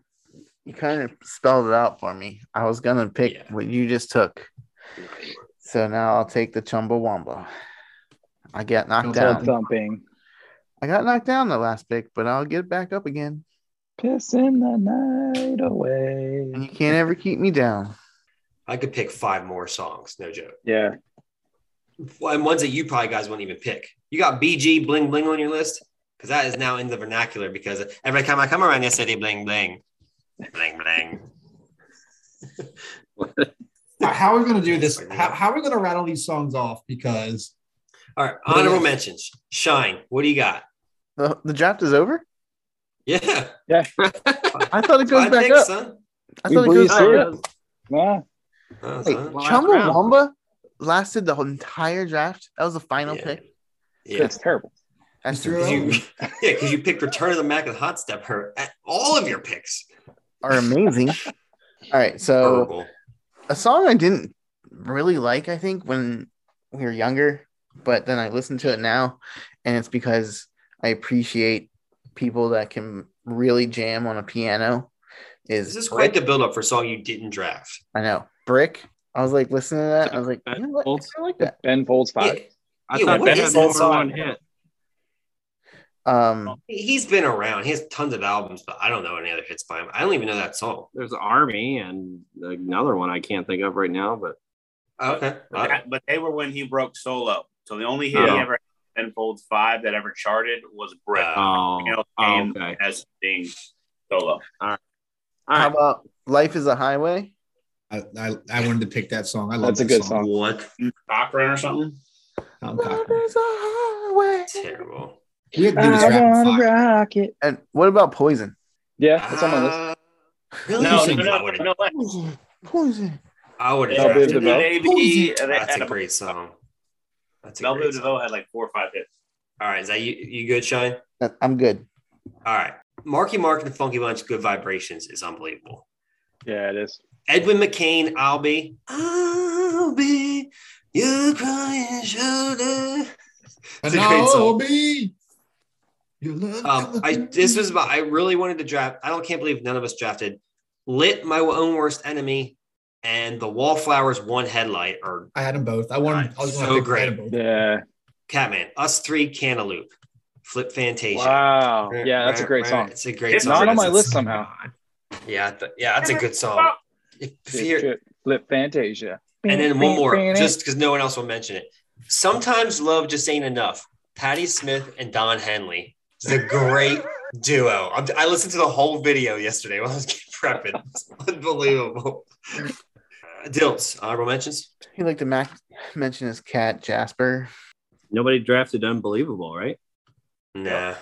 [SPEAKER 3] you kind of spelled it out for me. I was gonna pick
[SPEAKER 1] Yeah.
[SPEAKER 3] what you just took, so now I'll take the Chumbawamba. I got knocked
[SPEAKER 5] Don't
[SPEAKER 2] Toe
[SPEAKER 3] down.
[SPEAKER 2] thumping.
[SPEAKER 3] I got knocked down the last pick, but I'll get back up again.
[SPEAKER 2] Pissing the night away.
[SPEAKER 3] And you can't ever keep me down.
[SPEAKER 1] I could pick five more songs, no joke.
[SPEAKER 2] Yeah.
[SPEAKER 1] and ones that you probably guys wouldn't even pick. You got BG Bling Bling on your list because that is now in the vernacular. Because every time I come around this city, bling bling, bling bling.
[SPEAKER 5] How are we going to do this? How, how are we going to rattle these songs off? Because
[SPEAKER 1] All right,
[SPEAKER 3] uh,
[SPEAKER 1] honorable mentions. Shine. What do you got?
[SPEAKER 3] The, the draft is over.
[SPEAKER 1] Yeah,
[SPEAKER 3] I thought it goes
[SPEAKER 1] five
[SPEAKER 3] back
[SPEAKER 1] picks,
[SPEAKER 3] up.
[SPEAKER 1] son.
[SPEAKER 3] I
[SPEAKER 2] We
[SPEAKER 3] thought it
[SPEAKER 2] breezed
[SPEAKER 3] goes
[SPEAKER 2] through
[SPEAKER 3] back
[SPEAKER 2] it.
[SPEAKER 3] up.
[SPEAKER 2] Nah.
[SPEAKER 1] Oh,
[SPEAKER 3] Wait,
[SPEAKER 1] son.
[SPEAKER 4] last round.
[SPEAKER 3] Chumbawamba lasted the whole entire draft. That was the final
[SPEAKER 1] Yeah.
[SPEAKER 3] pick.
[SPEAKER 1] Yeah,
[SPEAKER 2] That's terrible.
[SPEAKER 3] That's
[SPEAKER 5] Mr.
[SPEAKER 1] because
[SPEAKER 5] Earl?
[SPEAKER 3] insane.
[SPEAKER 1] you, *laughs* yeah, 'cause you picked Return of the Mac and Hot Stepper. At all of your picks. *laughs*
[SPEAKER 3] are amazing. All right, so
[SPEAKER 1] Horrible.
[SPEAKER 3] a song I didn't really like, I think, when we were younger, but then I listen to it now, and it's because I appreciate people that can really jam on a piano. Is
[SPEAKER 1] This is
[SPEAKER 3] Brick.
[SPEAKER 1] quite the build up for a song you didn't draft.
[SPEAKER 3] I know brick. I was like listening to that. I was like,
[SPEAKER 4] That
[SPEAKER 3] you know what? I
[SPEAKER 4] holds.
[SPEAKER 3] kinda like that.
[SPEAKER 2] Ben folds
[SPEAKER 1] Yeah,
[SPEAKER 2] five.
[SPEAKER 4] I
[SPEAKER 1] Yeah,
[SPEAKER 4] thought
[SPEAKER 1] what
[SPEAKER 4] that
[SPEAKER 1] is
[SPEAKER 4] had
[SPEAKER 1] that
[SPEAKER 4] more than
[SPEAKER 1] song?
[SPEAKER 4] one hit.
[SPEAKER 3] Um,
[SPEAKER 1] he's been around. He has tons of albums, but I don't know any other hits by him. I don't even know that song.
[SPEAKER 4] There's Army and another one I can't think of right now, but
[SPEAKER 1] Oh, Okay.
[SPEAKER 8] But, that- but they were when he broke solo. So the only hit
[SPEAKER 4] Oh.
[SPEAKER 8] he ever had in Folds Five that ever charted was Brick.
[SPEAKER 1] Uh,
[SPEAKER 4] oh,
[SPEAKER 8] You know,
[SPEAKER 4] oh,
[SPEAKER 8] came
[SPEAKER 4] okay.
[SPEAKER 8] as being solo.
[SPEAKER 4] All
[SPEAKER 3] how
[SPEAKER 4] right.
[SPEAKER 3] about life is a highway?
[SPEAKER 5] I, I, I wanted to pick that song. I love
[SPEAKER 2] That's a
[SPEAKER 5] that
[SPEAKER 2] good song.
[SPEAKER 1] What?
[SPEAKER 8] Cochran or something.
[SPEAKER 5] Tom
[SPEAKER 3] Life
[SPEAKER 5] Cochran.
[SPEAKER 3] is a highway.
[SPEAKER 1] Terrible.
[SPEAKER 5] We had to do this
[SPEAKER 2] I
[SPEAKER 5] rapid
[SPEAKER 2] want to
[SPEAKER 5] fire.
[SPEAKER 2] rock it.
[SPEAKER 3] And what about poison?
[SPEAKER 2] Yeah, that's on my list.
[SPEAKER 1] Uh,
[SPEAKER 8] No,
[SPEAKER 1] really?
[SPEAKER 8] no,
[SPEAKER 1] Sing
[SPEAKER 8] no,
[SPEAKER 1] I
[SPEAKER 8] no,
[SPEAKER 1] would've-
[SPEAKER 8] no, no.
[SPEAKER 3] Poison, poison.
[SPEAKER 1] I would have
[SPEAKER 2] Bell Biv
[SPEAKER 1] drafted.
[SPEAKER 2] DeVoe.
[SPEAKER 1] that.
[SPEAKER 8] Maybe E and they
[SPEAKER 1] That's
[SPEAKER 8] had
[SPEAKER 1] a
[SPEAKER 8] a-
[SPEAKER 1] great song. That's a
[SPEAKER 8] Bell
[SPEAKER 1] great
[SPEAKER 8] Biv
[SPEAKER 1] song.
[SPEAKER 8] DeVoe had like four or five hits.
[SPEAKER 1] All right. Is that you, you good, Shine?
[SPEAKER 3] That- I'm good.
[SPEAKER 1] All right. Marky Mark and the Funky Bunch, Good Vibrations is unbelievable.
[SPEAKER 2] Yeah, it is.
[SPEAKER 1] Edwin McCain, I'll be. I'll be your crying shoulder. It's a
[SPEAKER 5] And
[SPEAKER 1] great
[SPEAKER 5] I'll
[SPEAKER 1] song.
[SPEAKER 5] be your love.
[SPEAKER 1] Um, I this was about. I really wanted to draft. I don't can't believe none of us drafted. Lit my own worst enemy, and the wallflowers one headlight or
[SPEAKER 5] I had them both. I wanted. I was going
[SPEAKER 1] So
[SPEAKER 5] to pick
[SPEAKER 1] great.
[SPEAKER 5] I had 'em both.
[SPEAKER 2] Yeah.
[SPEAKER 1] Catman. Us three Cantaloupe, Flip Fantasia.
[SPEAKER 2] Wow. Yeah, that's a great song.
[SPEAKER 1] It's a great
[SPEAKER 8] It's
[SPEAKER 1] song.
[SPEAKER 2] Not on my
[SPEAKER 1] It's-
[SPEAKER 2] list somehow.
[SPEAKER 1] Yeah, th- yeah, that's a good song. If
[SPEAKER 2] Shit,
[SPEAKER 1] *laughs* fear,
[SPEAKER 2] shit. Flip Fantasia.
[SPEAKER 1] and then one
[SPEAKER 2] *laughs*
[SPEAKER 1] more, just because no one else will mention it. Sometimes love just ain't enough. Patti Smith and Don Henley. It's a great duo. I'm, *laughs* I listened to the whole video yesterday while I was prepping. It's unbelievable. Uh, Dilts, honorable mentions.
[SPEAKER 3] He like to mac- mention his cat Jasper.
[SPEAKER 4] Nobody drafted Unbelievable, right?
[SPEAKER 1] Nah.
[SPEAKER 5] That's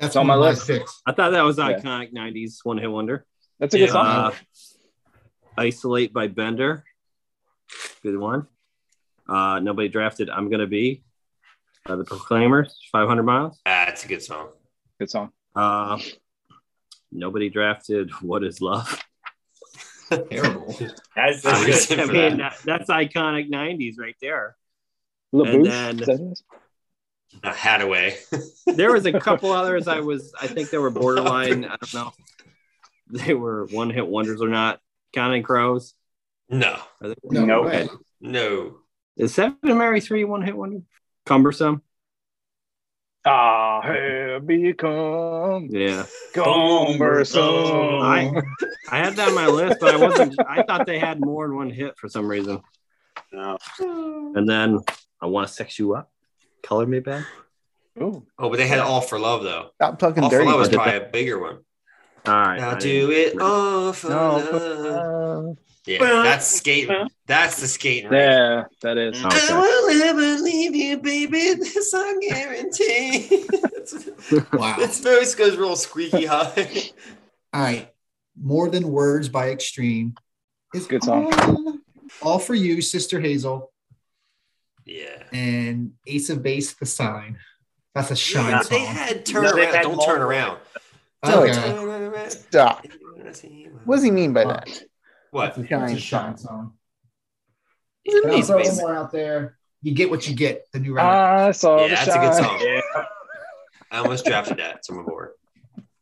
[SPEAKER 2] It's on
[SPEAKER 5] one of
[SPEAKER 2] my
[SPEAKER 5] my
[SPEAKER 2] list.
[SPEAKER 5] picks.
[SPEAKER 4] I thought that was
[SPEAKER 2] Yeah.
[SPEAKER 4] iconic 90s one hit wonder.
[SPEAKER 2] That's a good
[SPEAKER 1] Yeah.
[SPEAKER 2] song.
[SPEAKER 4] Uh, Isolate by Bender. Good one. Uh, nobody drafted I'm Gonna Be by the Proclaimers, 500 Miles.
[SPEAKER 1] That's a good song.
[SPEAKER 2] good song.
[SPEAKER 4] Uh, nobody drafted What is Love?
[SPEAKER 5] Terrible.
[SPEAKER 8] That's,
[SPEAKER 1] I was
[SPEAKER 8] that's
[SPEAKER 1] good
[SPEAKER 4] I
[SPEAKER 1] for
[SPEAKER 4] mean, that, that's iconic 90s right there.
[SPEAKER 2] LaBouche.
[SPEAKER 4] then-
[SPEAKER 2] is that his?
[SPEAKER 1] Uh, Hadaway.
[SPEAKER 4] There was a couple others I was, I think they were borderline. I don't know if they were one hit wonders or not. Counting Crows.
[SPEAKER 1] *laughs* no.
[SPEAKER 4] Are they-
[SPEAKER 5] No
[SPEAKER 8] Nope.
[SPEAKER 5] way.
[SPEAKER 1] No.
[SPEAKER 4] Is Seven Mary Three one hit wonder? Cumbersome.
[SPEAKER 2] Ah, here become
[SPEAKER 4] Yeah.
[SPEAKER 2] cumbersome.
[SPEAKER 4] I I had that on my list, but I wasn't. I thought they had more than one hit for some reason.
[SPEAKER 8] No.
[SPEAKER 4] And then I want to sex you up, color me bad.
[SPEAKER 2] Ooh,
[SPEAKER 1] Oh, but they had All for Love though.
[SPEAKER 3] Stop talking
[SPEAKER 1] All for
[SPEAKER 3] dirty.
[SPEAKER 1] Love was
[SPEAKER 4] Did
[SPEAKER 1] probably a bigger one.
[SPEAKER 4] All right.
[SPEAKER 1] Now
[SPEAKER 4] I
[SPEAKER 1] do it all for
[SPEAKER 2] No, for
[SPEAKER 1] love.
[SPEAKER 2] uh,
[SPEAKER 1] Yeah, that's skating. That's the skating. right
[SPEAKER 2] yeah, that is.
[SPEAKER 4] didn't-
[SPEAKER 1] I
[SPEAKER 4] okay.
[SPEAKER 1] will never leave you, baby. *laughs* This I guarantee. *laughs* it's,
[SPEAKER 5] Wow.
[SPEAKER 1] its voice goes real squeaky high.
[SPEAKER 5] All right. More Than Words by Extreme. It's
[SPEAKER 2] Good song.
[SPEAKER 5] on. All for You, Sister Hazel,
[SPEAKER 1] yeah.
[SPEAKER 5] and Ace of Base, The Sign. That's a shine
[SPEAKER 1] Yeah,
[SPEAKER 5] song.
[SPEAKER 1] they had turn
[SPEAKER 8] No, they
[SPEAKER 1] around.
[SPEAKER 8] had
[SPEAKER 1] Don't
[SPEAKER 8] multiple.
[SPEAKER 1] turn around. Don't
[SPEAKER 5] okay.
[SPEAKER 1] turn around.
[SPEAKER 3] Stop. What does he mean by that?
[SPEAKER 1] What?
[SPEAKER 5] That's a shine song.
[SPEAKER 1] He's
[SPEAKER 5] And I'll throw one
[SPEAKER 1] amazing.
[SPEAKER 5] more out there. You get what you get. The new record.
[SPEAKER 2] I saw
[SPEAKER 1] Yeah,
[SPEAKER 2] the
[SPEAKER 1] that's a good
[SPEAKER 2] shine.
[SPEAKER 1] song. I almost drafted that. It's on my board.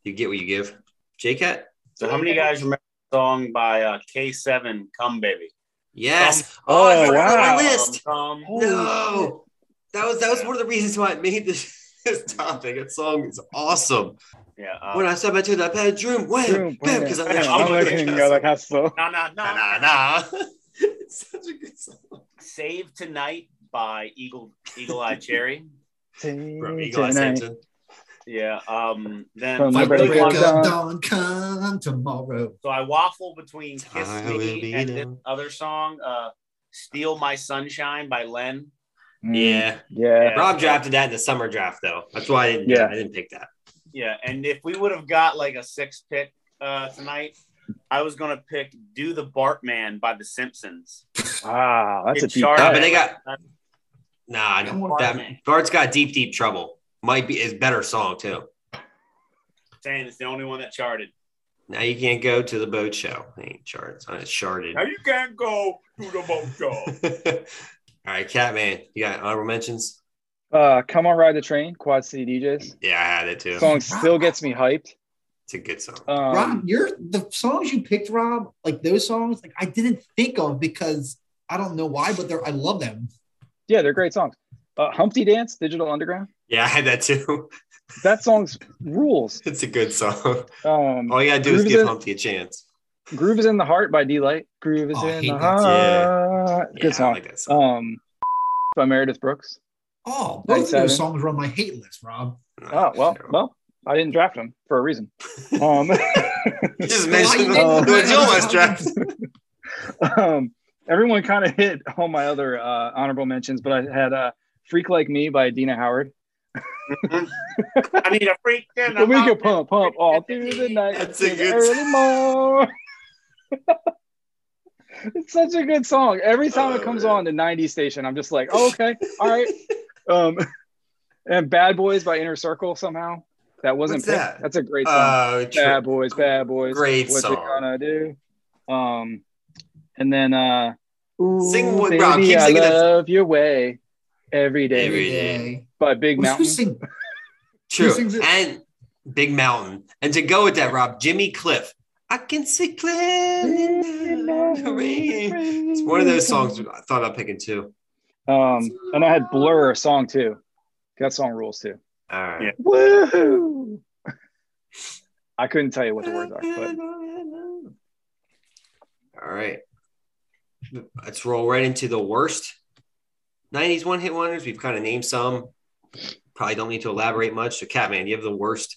[SPEAKER 1] You get what you give. JCat?
[SPEAKER 8] So how many guys remember the song by uh, K7, Come Baby?
[SPEAKER 1] Yes. oh, I
[SPEAKER 2] Oh,
[SPEAKER 1] forgot about
[SPEAKER 2] wow.
[SPEAKER 1] my list.
[SPEAKER 8] Come, come.
[SPEAKER 2] Holy
[SPEAKER 1] no. That was that was one of the reasons why I made this, *laughs* this topic. That song is awesome.
[SPEAKER 8] Yeah. Uh,
[SPEAKER 1] when I step into the bedroom, wham,
[SPEAKER 2] Room,
[SPEAKER 1] bam,
[SPEAKER 2] room.
[SPEAKER 1] because I'm,
[SPEAKER 8] bam.
[SPEAKER 2] I'm looking at the castle.
[SPEAKER 8] no, no, no.
[SPEAKER 1] Nah, nah, nah. *laughs* it's such a good song.
[SPEAKER 8] Save Tonight by Eagle Eagle Eye Cherry.
[SPEAKER 1] Bro, Eagle Eye
[SPEAKER 2] Tonight.
[SPEAKER 1] Sampson.
[SPEAKER 8] Yeah. Um. Then
[SPEAKER 2] From
[SPEAKER 8] so
[SPEAKER 2] the
[SPEAKER 8] I,
[SPEAKER 5] Fight the
[SPEAKER 2] Break
[SPEAKER 8] really
[SPEAKER 5] break
[SPEAKER 2] of
[SPEAKER 8] wanted-
[SPEAKER 5] up,
[SPEAKER 2] dawn.
[SPEAKER 5] dawn, come tomorrow.
[SPEAKER 8] so I waffle between Kiss
[SPEAKER 1] I will be
[SPEAKER 8] Me and this
[SPEAKER 1] down.
[SPEAKER 8] other song, uh, "Steal My Sunshine" by Len.
[SPEAKER 2] Mm,
[SPEAKER 1] Yeah.
[SPEAKER 2] Yeah.
[SPEAKER 1] Rob drafted that in the summer draft though. That's why I didn't
[SPEAKER 2] Yeah.
[SPEAKER 1] I didn't pick that.
[SPEAKER 8] Yeah. And if we would have got like a six pick uh, tonight, I was gonna pick "Do the Bartman" by The Simpsons.
[SPEAKER 2] Wow, that's a
[SPEAKER 8] It's
[SPEAKER 2] deep
[SPEAKER 8] sharp.
[SPEAKER 1] Nah,
[SPEAKER 2] cut.
[SPEAKER 1] but they got nah
[SPEAKER 5] Come on,
[SPEAKER 1] that,
[SPEAKER 8] Bartman.
[SPEAKER 1] Bart's got deep, deep trouble. Might be his better song too.
[SPEAKER 8] Saying it's the only one that charted.
[SPEAKER 1] Now you can't go to the boat show. It ain't charted. It's not
[SPEAKER 8] Now
[SPEAKER 1] charted.
[SPEAKER 8] you can't go to the boat show.
[SPEAKER 1] *laughs* All right, Catman, you got honorable mentions?
[SPEAKER 2] Uh, Come on, ride the train. Quad City DJs.
[SPEAKER 1] Yeah, I had it too.
[SPEAKER 2] Song still gets me hyped.
[SPEAKER 1] It's a good song.
[SPEAKER 5] Rob,
[SPEAKER 2] Um,
[SPEAKER 5] you're the songs you picked, Rob, like those songs, like I didn't think of because I don't know why, but they're I love them.
[SPEAKER 2] yeah, they're great songs. Uh, Humpty Dance, Digital Underground.
[SPEAKER 1] Yeah, I had that too. *laughs*
[SPEAKER 2] That song's rules.
[SPEAKER 1] It's a good song.
[SPEAKER 2] Um,
[SPEAKER 1] All you gotta do is
[SPEAKER 2] Grooves
[SPEAKER 1] give
[SPEAKER 2] in-
[SPEAKER 1] Humpty a chance.
[SPEAKER 2] Groove is in the heart by D Light. Groove is
[SPEAKER 5] Oh, I
[SPEAKER 2] in
[SPEAKER 5] hate
[SPEAKER 2] the
[SPEAKER 5] that
[SPEAKER 2] heart.
[SPEAKER 5] song.
[SPEAKER 1] Yeah,
[SPEAKER 2] Good
[SPEAKER 1] I
[SPEAKER 2] song.
[SPEAKER 1] like that song.
[SPEAKER 2] Um, by Meredith Brooks.
[SPEAKER 5] Oh, both of those
[SPEAKER 2] 97.
[SPEAKER 5] songs were on my hate list, Rob.
[SPEAKER 1] No,
[SPEAKER 2] Oh
[SPEAKER 1] that's
[SPEAKER 2] well,
[SPEAKER 1] terrible.
[SPEAKER 2] well, I didn't draft them for a reason. Um,
[SPEAKER 1] you
[SPEAKER 2] *laughs*
[SPEAKER 1] just
[SPEAKER 5] Well, I
[SPEAKER 1] mentioned
[SPEAKER 5] didn't
[SPEAKER 1] the
[SPEAKER 2] know
[SPEAKER 1] the
[SPEAKER 5] that.
[SPEAKER 1] Gilmore's draft.
[SPEAKER 2] um, everyone kind of hit all my other uh, honorable mentions, but I had uh, "Freak Like Me" by Dina Howard.
[SPEAKER 8] I need a
[SPEAKER 2] *laughs*
[SPEAKER 8] freak. in
[SPEAKER 2] But we
[SPEAKER 8] house.
[SPEAKER 2] can pump, pump all through the night.
[SPEAKER 1] That's a
[SPEAKER 2] and
[SPEAKER 1] good-
[SPEAKER 2] early morn. *laughs* it's such a good song. Every time it
[SPEAKER 1] Oh,
[SPEAKER 2] comes
[SPEAKER 1] man.
[SPEAKER 2] on the 90s station, I'm just like, oh, okay,
[SPEAKER 1] *laughs*
[SPEAKER 2] all right. Um, *laughs* and Bad Boys by Inner Circle somehow. That wasn't
[SPEAKER 1] What's
[SPEAKER 2] picked.
[SPEAKER 1] that?
[SPEAKER 2] That's a great song.
[SPEAKER 1] Oh, true.
[SPEAKER 2] bad boys, bad boys.
[SPEAKER 1] great
[SPEAKER 2] what
[SPEAKER 1] song.
[SPEAKER 2] you gonna do? Um, and then uh, ooh,
[SPEAKER 1] Sing what-
[SPEAKER 2] baby,
[SPEAKER 1] Rob, keep
[SPEAKER 2] I
[SPEAKER 1] singing that-
[SPEAKER 2] love your way every day
[SPEAKER 1] Every-
[SPEAKER 2] by Big
[SPEAKER 5] Who's- Who
[SPEAKER 2] Mountain.
[SPEAKER 5] sing? Who
[SPEAKER 1] true.
[SPEAKER 5] sings it?
[SPEAKER 1] And Big Mountain. And to go with that, Rob, Jimmy Cliff. I can see Cliff. in the rain. It's one of those songs I thought I'm picking too.
[SPEAKER 2] Um, and I had Blur a song too. That song rules too.
[SPEAKER 1] All right.
[SPEAKER 8] Yeah.
[SPEAKER 2] Woohoo! I couldn't tell you what the words are, but
[SPEAKER 1] All right. Let's roll right into the worst 90s one hit wonders. We've kind of named some. Probably don't need to elaborate much. So, Catman, you have the worst.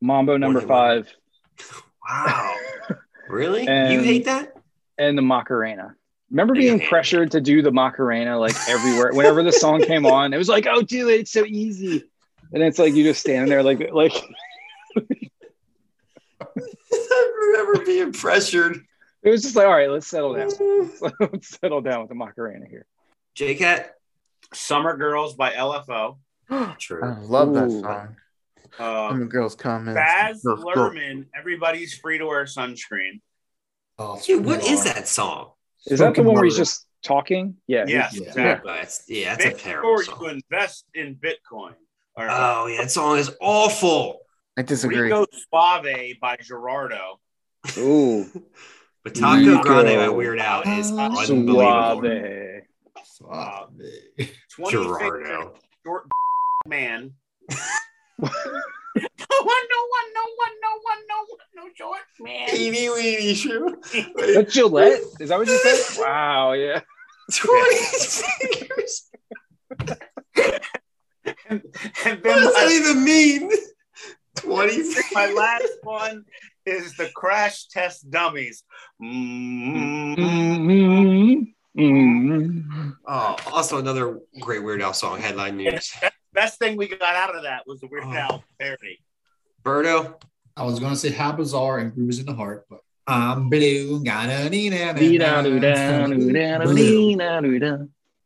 [SPEAKER 2] Mambo number
[SPEAKER 1] Wonder Woman.
[SPEAKER 2] five. *laughs*
[SPEAKER 1] Wow. really? you
[SPEAKER 2] And- *laughs*
[SPEAKER 1] hate that?
[SPEAKER 2] and the Macarena. Remember
[SPEAKER 1] Yeah.
[SPEAKER 2] being pressured to do the Macarena like everywhere. Whenever the song came on, it was like, "Oh, do it! It's so easy." And it's like you just standing there, like, like
[SPEAKER 1] I remember being pressured.
[SPEAKER 2] it was just like, "All right, let's settle down. *laughs* let's settle down with the Macarena here."
[SPEAKER 1] *laughs* J Cat.
[SPEAKER 8] Summer Girls by LFO.
[SPEAKER 1] True.
[SPEAKER 3] I love that
[SPEAKER 6] Ooh.
[SPEAKER 3] song.
[SPEAKER 8] Uh,
[SPEAKER 3] Summer girls
[SPEAKER 1] Mm-hmm.
[SPEAKER 3] come in.
[SPEAKER 8] Baz
[SPEAKER 6] Girls, girls.
[SPEAKER 8] Luhrmann, Everybody's Free to Wear Sunscreen.
[SPEAKER 5] Oh,
[SPEAKER 1] Dude, what
[SPEAKER 5] come
[SPEAKER 1] is
[SPEAKER 5] on.
[SPEAKER 1] that song?
[SPEAKER 2] Is that the
[SPEAKER 5] Spoken
[SPEAKER 2] one where he's
[SPEAKER 5] word.
[SPEAKER 2] just talking? Yeah.
[SPEAKER 8] Yes,
[SPEAKER 5] yeah.
[SPEAKER 8] exactly.
[SPEAKER 1] Oh, it's- yeah, that's
[SPEAKER 8] Make
[SPEAKER 1] a
[SPEAKER 8] sure
[SPEAKER 1] terrible
[SPEAKER 8] you
[SPEAKER 1] song.
[SPEAKER 8] invest in Bitcoin. All right.
[SPEAKER 1] Oh, yeah, that song is awful.
[SPEAKER 3] I disagree.
[SPEAKER 8] Rico Suave by Gerardo.
[SPEAKER 2] Ooh.
[SPEAKER 1] But Taco
[SPEAKER 2] Rico.
[SPEAKER 1] Grande by Weird Al is
[SPEAKER 5] Ah,
[SPEAKER 1] unbelievable.
[SPEAKER 2] Suave.
[SPEAKER 5] Suave.
[SPEAKER 8] 26
[SPEAKER 1] Gerardo.
[SPEAKER 8] short *laughs* man. no one, no one, no one, no one, no one, no short man.
[SPEAKER 1] Eeny weeny shoo.
[SPEAKER 2] That's Gillette. Is that what you said? Wow. Yeah.
[SPEAKER 1] 20 fingers.
[SPEAKER 8] And
[SPEAKER 1] What
[SPEAKER 8] then
[SPEAKER 1] does that
[SPEAKER 8] my,
[SPEAKER 1] even mean? 20
[SPEAKER 8] my
[SPEAKER 1] fingers.
[SPEAKER 8] last one is the crash test dummies. Mm,
[SPEAKER 2] Mhm. Mhm.
[SPEAKER 1] Oh, also another great Weird Al song, Headline News.
[SPEAKER 8] Best thing we got out of that was the
[SPEAKER 1] Oh.
[SPEAKER 8] Weird Al parody.
[SPEAKER 1] Birdo,
[SPEAKER 5] I was gonna say how bizarre and grooves in the heart, but I'm blue. Gotta need blue.
[SPEAKER 2] Dee-da-doo-da-doo-da-doo-da-doo-da.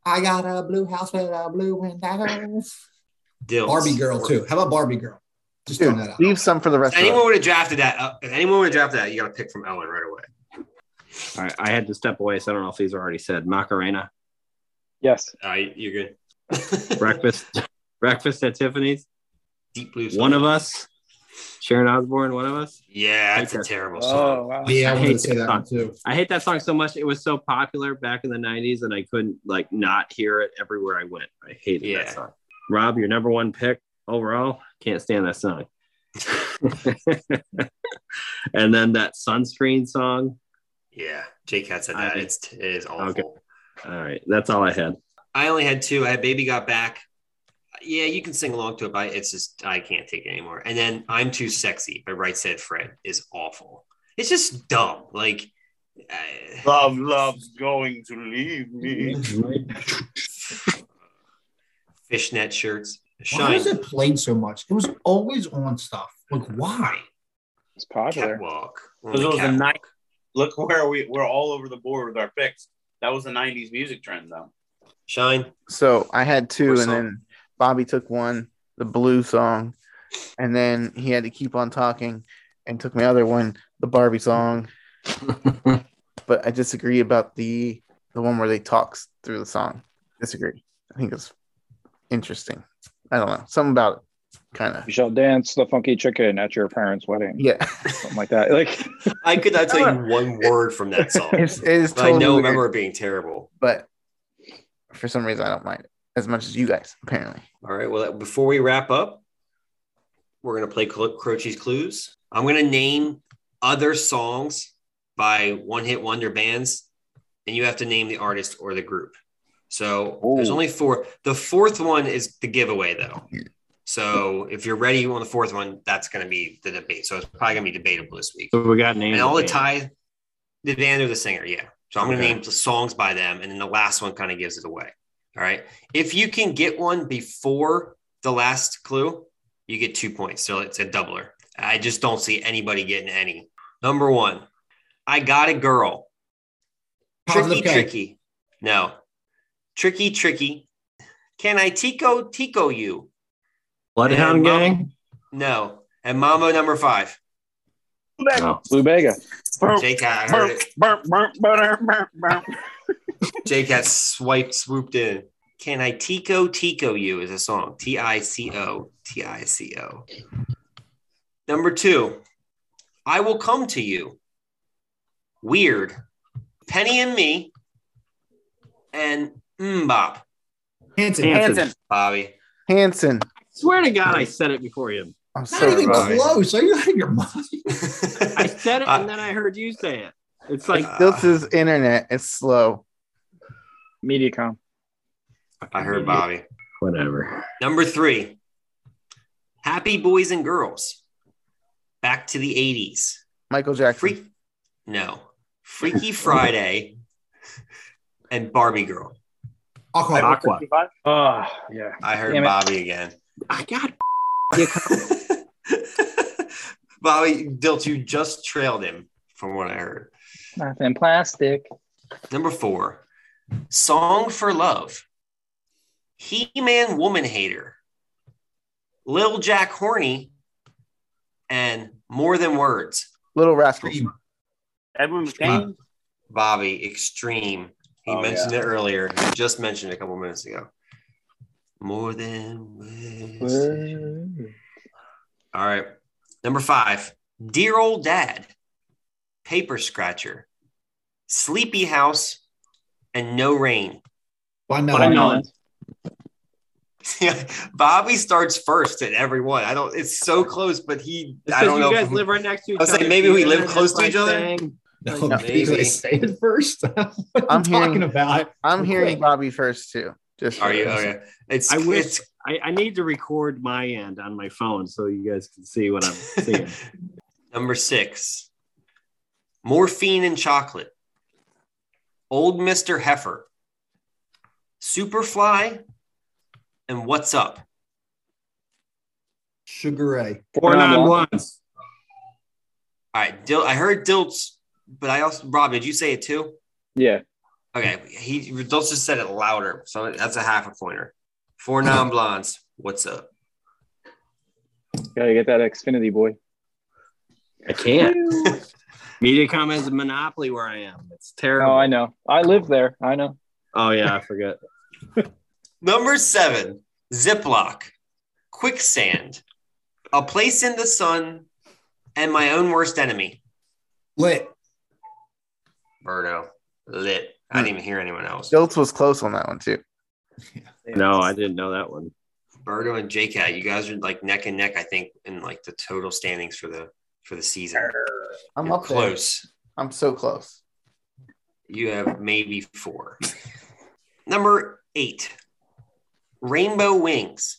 [SPEAKER 5] I got a blue house with a blue window.
[SPEAKER 1] Dills.
[SPEAKER 5] Barbie girl too. How about Barbie girl? Just
[SPEAKER 3] Dude,
[SPEAKER 5] throwing that out.
[SPEAKER 3] leave some for the
[SPEAKER 1] If
[SPEAKER 3] rest of
[SPEAKER 1] anyone
[SPEAKER 3] us.
[SPEAKER 1] would have drafted that, uh, if anyone would have drafted that, you got to pick from Ellen right away.
[SPEAKER 4] All right, I had to step away, so I don't know if these are already said. Macarena,
[SPEAKER 2] Yes.
[SPEAKER 1] All right, you're good.
[SPEAKER 4] breakfast, *laughs* breakfast at Tiffany's.
[SPEAKER 1] *laughs* Deep Blue. Sky.
[SPEAKER 4] One of us, Sharon Osbourne. One of us.
[SPEAKER 1] Yeah, that's a
[SPEAKER 4] Okay.
[SPEAKER 1] terrible song.
[SPEAKER 2] Oh wow.
[SPEAKER 5] Yeah, I wanted
[SPEAKER 4] hate
[SPEAKER 5] to say that
[SPEAKER 4] that
[SPEAKER 5] one too.
[SPEAKER 4] I hate that song so much. It was so popular back in the '90s, and I couldn't like not hear it everywhere I went. I hated
[SPEAKER 1] Yeah.
[SPEAKER 4] that song. Rob, your number one pick overall. Can't stand that song. *laughs* and then that sunscreen song.
[SPEAKER 1] Yeah, J Cat said that.
[SPEAKER 4] I-
[SPEAKER 1] it's it is awful.
[SPEAKER 4] Okay. All right, that's all I had.
[SPEAKER 1] I only had two. I had Baby Got Back. Yeah, you can sing along to it, but it's just I can't take it anymore. And then I'm Too Sexy by Right Said Fred is awful. It's just dumb. Like uh, I-
[SPEAKER 8] Love, love's going to leave me.
[SPEAKER 1] fishnet shirts.
[SPEAKER 5] Why
[SPEAKER 1] Shine
[SPEAKER 5] was it played so much? It was always on stuff. Like why?
[SPEAKER 2] It's popular.
[SPEAKER 1] catwalk. On
[SPEAKER 8] Those
[SPEAKER 1] the
[SPEAKER 8] are the
[SPEAKER 1] catwalk.
[SPEAKER 8] nice- Look where we we're all over the board with our picks. That was the '90s music trend, though.
[SPEAKER 1] Shine.
[SPEAKER 3] So I had two,
[SPEAKER 1] Or
[SPEAKER 3] and then Bobby took one, the blue song, and then he had to keep on talking and took my other one, the
[SPEAKER 1] *laughs*
[SPEAKER 3] Barbie song. but I disagree about the the one where they talks through the song. Disagree. I think it's interesting. I don't know. Something about it. Kind of.
[SPEAKER 2] You shall dance the funky chicken at your parents' wedding.
[SPEAKER 3] Yeah. *laughs*
[SPEAKER 2] Something like that. Like
[SPEAKER 1] I could not
[SPEAKER 8] *laughs*
[SPEAKER 1] tell you one word from that song.
[SPEAKER 3] It's, it is
[SPEAKER 1] But I
[SPEAKER 3] totally
[SPEAKER 1] know
[SPEAKER 3] weird,
[SPEAKER 1] remember it being terrible.
[SPEAKER 3] but for some reason I don't mind it as much as you guys, apparently.
[SPEAKER 1] All right. Well, before we wrap up, we're going to play Clo- Croce's Clues. I'm going to name other songs by one hit wonder bands, and you have to name the artist or the group. So there's
[SPEAKER 6] Ooh.
[SPEAKER 1] only four. The fourth one is the giveaway, though. So if you're ready on the fourth one, that's going to be the debate. So it's probably going to be debatable this week.
[SPEAKER 4] So we got names.
[SPEAKER 1] And all the
[SPEAKER 4] of
[SPEAKER 1] tie, the band or the singer, yeah. So I'm going to
[SPEAKER 4] Okay.
[SPEAKER 1] name the songs by them, and then the last one kind of gives it away. All right. If you can get one before the last clue, you get two points. So it's a doubler. I just don't see anybody getting any. Number one, I got a girl. Tricky,
[SPEAKER 5] Positive K.
[SPEAKER 1] tricky. No, tricky, tricky. Can I tico tico you?
[SPEAKER 4] Bloodhound
[SPEAKER 1] And uh, Mama-
[SPEAKER 4] Gang.
[SPEAKER 1] No. And Mambo number five.
[SPEAKER 4] No.
[SPEAKER 2] Blue Vega.
[SPEAKER 1] J Cat, I heard it. J Cat swiped, swooped in. Can I Tico Tico You is a song. T I C O T I C O. Number two, I will come to you. Weird. Penny and me. And Mbop.
[SPEAKER 5] Hanson.
[SPEAKER 4] Hanson.
[SPEAKER 1] Bobby.
[SPEAKER 3] Hanson.
[SPEAKER 4] Swear to
[SPEAKER 1] *laughs*
[SPEAKER 4] God, I said it before you.
[SPEAKER 3] I'm
[SPEAKER 5] Not
[SPEAKER 3] so
[SPEAKER 5] even
[SPEAKER 3] wrong.
[SPEAKER 5] close. Are you out of your mind?
[SPEAKER 4] I
[SPEAKER 1] *laughs*
[SPEAKER 4] said it, and then I heard you say it. It's like
[SPEAKER 3] This is internet. It's slow.
[SPEAKER 2] Mediacom.
[SPEAKER 1] I heard Bobby.
[SPEAKER 4] whatever.
[SPEAKER 1] Number three, Happy Boys and Girls. Back to the 80s.
[SPEAKER 3] Michael Jackson.
[SPEAKER 1] Freak. No. Freaky Friday, and Barbie Girl.
[SPEAKER 5] Aqua.
[SPEAKER 9] Aqua.
[SPEAKER 2] Oh, yeah.
[SPEAKER 1] I heard
[SPEAKER 2] Damn it.
[SPEAKER 1] Bobby again.
[SPEAKER 9] I
[SPEAKER 2] *laughs*
[SPEAKER 9] got
[SPEAKER 1] *laughs* Bobby Dilt, you just trailed him from what I heard.
[SPEAKER 2] Nothing plastic.
[SPEAKER 1] Number four, Song for Love. He Man Woman Hater. Lil Jack Horny. And More Than Words.
[SPEAKER 3] Little Rascals.
[SPEAKER 8] Edwin McCain.
[SPEAKER 1] Bobby, Extreme. He
[SPEAKER 6] Oh,
[SPEAKER 1] mentioned it earlier. He just mentioned it a couple minutes ago. More Than Words. All right. Number five, Dear Old Dad, Paper Scratcher, Sleepy House, and No Rain. *laughs*
[SPEAKER 5] Why
[SPEAKER 4] Why
[SPEAKER 5] not?
[SPEAKER 4] not?
[SPEAKER 1] Bobby starts first at every one. I don't. It's so close, but he.
[SPEAKER 4] It's
[SPEAKER 1] I don't
[SPEAKER 4] because
[SPEAKER 1] know.
[SPEAKER 4] you
[SPEAKER 1] if
[SPEAKER 4] guys
[SPEAKER 1] we-
[SPEAKER 4] live right next to each
[SPEAKER 1] I was
[SPEAKER 4] other.
[SPEAKER 1] like, maybe we
[SPEAKER 4] Yeah,
[SPEAKER 1] live
[SPEAKER 4] that's
[SPEAKER 1] close to
[SPEAKER 4] like
[SPEAKER 1] each other?
[SPEAKER 4] saying-
[SPEAKER 5] No,
[SPEAKER 3] No.
[SPEAKER 5] because I
[SPEAKER 1] Maybe.
[SPEAKER 5] say it first. *laughs* what
[SPEAKER 3] I'm
[SPEAKER 5] I'm
[SPEAKER 3] hearing-
[SPEAKER 5] talking about.
[SPEAKER 3] I'm hearing
[SPEAKER 5] Quick.
[SPEAKER 3] Bobby first too. Just
[SPEAKER 1] Are you okay? It's.
[SPEAKER 4] I wish-
[SPEAKER 1] it's-
[SPEAKER 4] I, I need to record my end on my phone so you guys can see what *laughs* I'm seeing.
[SPEAKER 1] *laughs* Number six, morphine and chocolate. Old Mister Heifer, Superfly, and what's up?
[SPEAKER 5] Sugar Ray.
[SPEAKER 4] Four nine ones.
[SPEAKER 1] All right, Dil- I heard Dilts, but I also Rob. Did you say it too?
[SPEAKER 2] Yeah.
[SPEAKER 1] Okay, he Dilts just said it louder, so that's a half a pointer. Four non blondes. What's up?
[SPEAKER 2] Gotta get that Xfinity boy.
[SPEAKER 4] I can't. *laughs* MediaCom has a monopoly where I am. It's terrible.
[SPEAKER 2] Oh, I know. I live there. I know.
[SPEAKER 4] Oh yeah, I forget.
[SPEAKER 1] Number seven, Ziploc, Quicksand, A Place in the Sun, and My Own Worst Enemy,
[SPEAKER 5] Lit.
[SPEAKER 1] Birdo. Lit. I didn't even hear anyone else.
[SPEAKER 3] Dilts was close on that one too.
[SPEAKER 4] No, I didn't know that one.
[SPEAKER 1] Birdo and JCat, you guys are like neck and neck, I think, in like the total standings for the for the season.
[SPEAKER 3] I'm
[SPEAKER 1] You're
[SPEAKER 3] up there.
[SPEAKER 1] close.
[SPEAKER 3] I'm so close.
[SPEAKER 1] You have maybe four. Number eight, Rainbow Wings.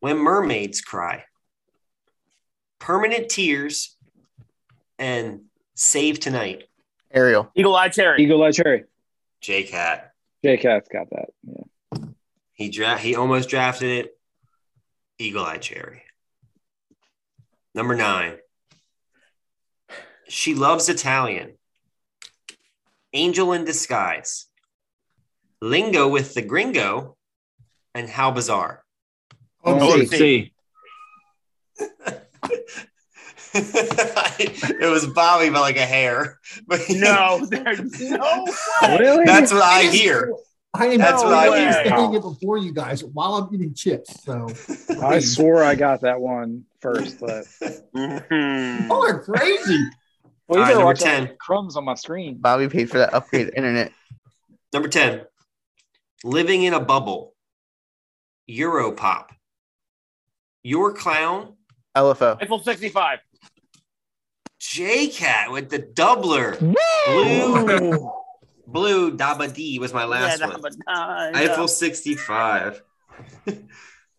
[SPEAKER 1] When Mermaids Cry. Permanent Tears and Save Tonight.
[SPEAKER 3] Ariel.
[SPEAKER 8] Eagle Eye Terry.
[SPEAKER 2] Eagle Eye Cherry.
[SPEAKER 1] J Cat.
[SPEAKER 2] J Cat's got that. Yeah.
[SPEAKER 1] He dra- he almost drafted it. Eagle Eye Cherry. Number nine. She loves Italian. Angel in disguise. Lingo with the gringo. And how bizarre. *laughs*
[SPEAKER 4] Oh, see.
[SPEAKER 1] it was Bobby by like a hair. *laughs* But
[SPEAKER 8] No, there's *laughs* no way.
[SPEAKER 2] Really?
[SPEAKER 1] That's what I hear.
[SPEAKER 5] I am
[SPEAKER 1] That's
[SPEAKER 8] what I
[SPEAKER 5] was
[SPEAKER 8] hear.
[SPEAKER 5] saying it before you guys while I'm eating chips. So
[SPEAKER 2] I swore I got that one first, but
[SPEAKER 8] Mhm.
[SPEAKER 5] y'all are crazy.
[SPEAKER 1] All
[SPEAKER 2] well, you
[SPEAKER 1] right,
[SPEAKER 2] better
[SPEAKER 1] number
[SPEAKER 2] watch out
[SPEAKER 1] 10.
[SPEAKER 2] for crumbs on my screen.
[SPEAKER 3] Bobby paid for that upgraded internet.
[SPEAKER 1] *laughs* Number 10, living in a bubble, Europop, your clown,
[SPEAKER 3] LFO.
[SPEAKER 8] Eiffel 65.
[SPEAKER 1] J Cat with the doubler. Blue, blue, Daba D was my last
[SPEAKER 8] Yeah,
[SPEAKER 1] one.
[SPEAKER 8] number
[SPEAKER 7] Uh,
[SPEAKER 8] nine.
[SPEAKER 1] Eiffel 65. *laughs*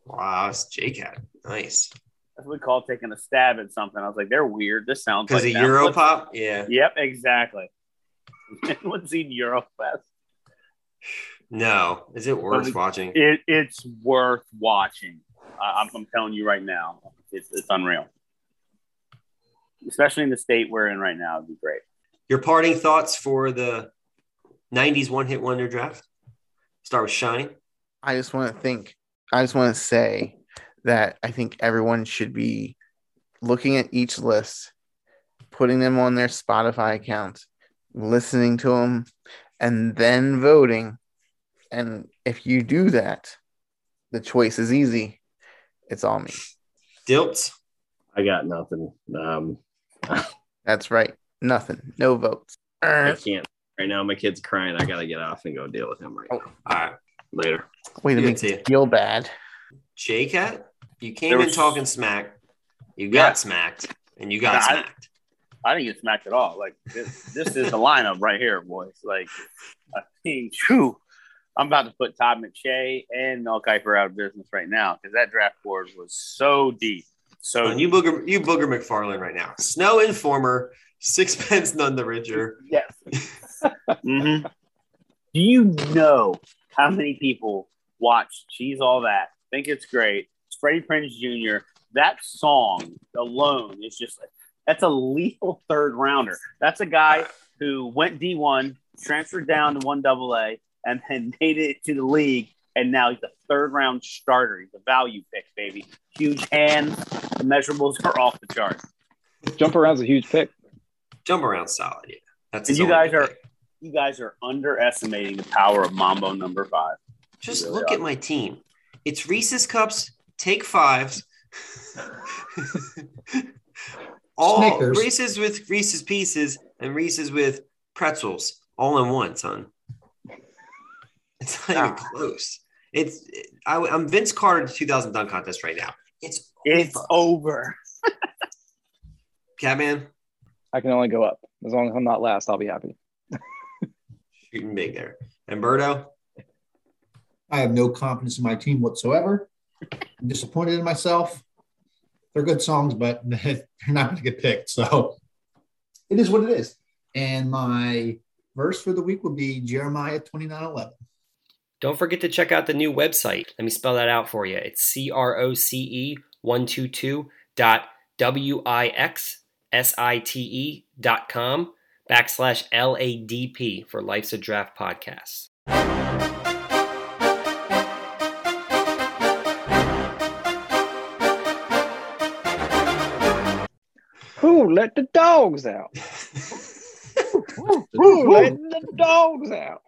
[SPEAKER 1] wow, it's J Cat. Nice.
[SPEAKER 8] That's what we call taking a stab at something. I was like, they're weird. This sounds
[SPEAKER 1] Because
[SPEAKER 8] like
[SPEAKER 1] of
[SPEAKER 8] them. Let's-
[SPEAKER 1] Europop? Yeah.
[SPEAKER 8] Yep, exactly. *laughs* What's in Eurofest?
[SPEAKER 1] No. Is it worth
[SPEAKER 8] Probably-
[SPEAKER 1] watching?
[SPEAKER 8] It, it's worth watching. I I'm, I'm telling you right now, it's, it's unreal. Especially in the state we're in right now, it'd be great.
[SPEAKER 1] Your parting thoughts for the 90s one hit wonder draft? Start with Shine.
[SPEAKER 3] I just want to think. I just want to say that I think everyone should be looking at each list, putting them on their Spotify account, listening to them, and then voting. And if you do that, the choice is easy. It's all me.
[SPEAKER 1] Dilts.
[SPEAKER 4] I got nothing. Um,
[SPEAKER 3] That's right. Nothing. No votes.
[SPEAKER 4] I
[SPEAKER 3] Err.
[SPEAKER 4] can't right now. My kid's crying. I gotta get off and go deal with him right now.
[SPEAKER 1] All right.
[SPEAKER 4] Later.
[SPEAKER 3] Way to
[SPEAKER 1] Yeah,
[SPEAKER 3] make
[SPEAKER 1] it's you.
[SPEAKER 3] me feel bad.
[SPEAKER 1] J Cat, you came
[SPEAKER 8] There
[SPEAKER 1] in
[SPEAKER 8] was-
[SPEAKER 1] talking smack. You got
[SPEAKER 8] Yeah.
[SPEAKER 1] smacked, and you got
[SPEAKER 8] Nah, I-
[SPEAKER 1] smacked.
[SPEAKER 8] I didn't get smacked at all. Like this, this is the lineup right here, boys. Like, I mean, phew, I'm about to put Todd McShay and Mel Kiper out of business right now because that draft board was so deep. So
[SPEAKER 1] Oh, And you booger, you booger McFarland right now. Snow Informer, Sixpence none the richer.
[SPEAKER 10] Yes.
[SPEAKER 6] hmm Do you know how many people watch She's All That, think it's great? It's Freddie Prinze Jr. That song alone is just that's a lethal third rounder. That's a guy who went D1, transferred down to one double A, and then *laughs* made it to the league. And now he's a third round starter. He's a value pick, baby. Huge hands. The measurables are off the charts.
[SPEAKER 2] Jump around's a huge pick.
[SPEAKER 1] Jump around solid. Yeah. That's
[SPEAKER 6] And
[SPEAKER 1] his
[SPEAKER 6] you
[SPEAKER 1] only
[SPEAKER 6] guys
[SPEAKER 1] good
[SPEAKER 6] are-
[SPEAKER 1] thing.
[SPEAKER 6] You guys are underestimating the power of Mambo number five.
[SPEAKER 1] Just
[SPEAKER 6] really
[SPEAKER 1] look at my team. It's Reese's cups, take fives. *laughs* all
[SPEAKER 5] Snickers.
[SPEAKER 1] Reese's with Reese's pieces and Reese's with pretzels, all in one, son. It's not even
[SPEAKER 6] Ah.
[SPEAKER 1] close. It's I, am Vince Carter to 2000 dunk contest right now. It's
[SPEAKER 6] It's
[SPEAKER 1] over.
[SPEAKER 6] over.
[SPEAKER 1] Catman
[SPEAKER 2] I can only go up. As long as I'm not last, I'll be happy.
[SPEAKER 1] shooting big there. And Birdo,
[SPEAKER 5] I have no confidence in my team whatsoever. I'm disappointed in myself. They're good songs, but *laughs* they're not going to get picked. So it is what it is. And my verse for the week will be Jeremiah 29 11.
[SPEAKER 9] Don't forget to check out the new website. Let me spell that out for you. It's C R O C E 122 dot W I X S I T E dot com backslash L A D P for Life's a Draft Podcast.
[SPEAKER 2] Who let the dogs out? Who let the dogs out?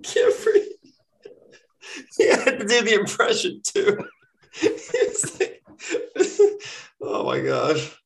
[SPEAKER 1] Jeffrey, he had to do *laughs* the impression too. He was like- oh my gosh.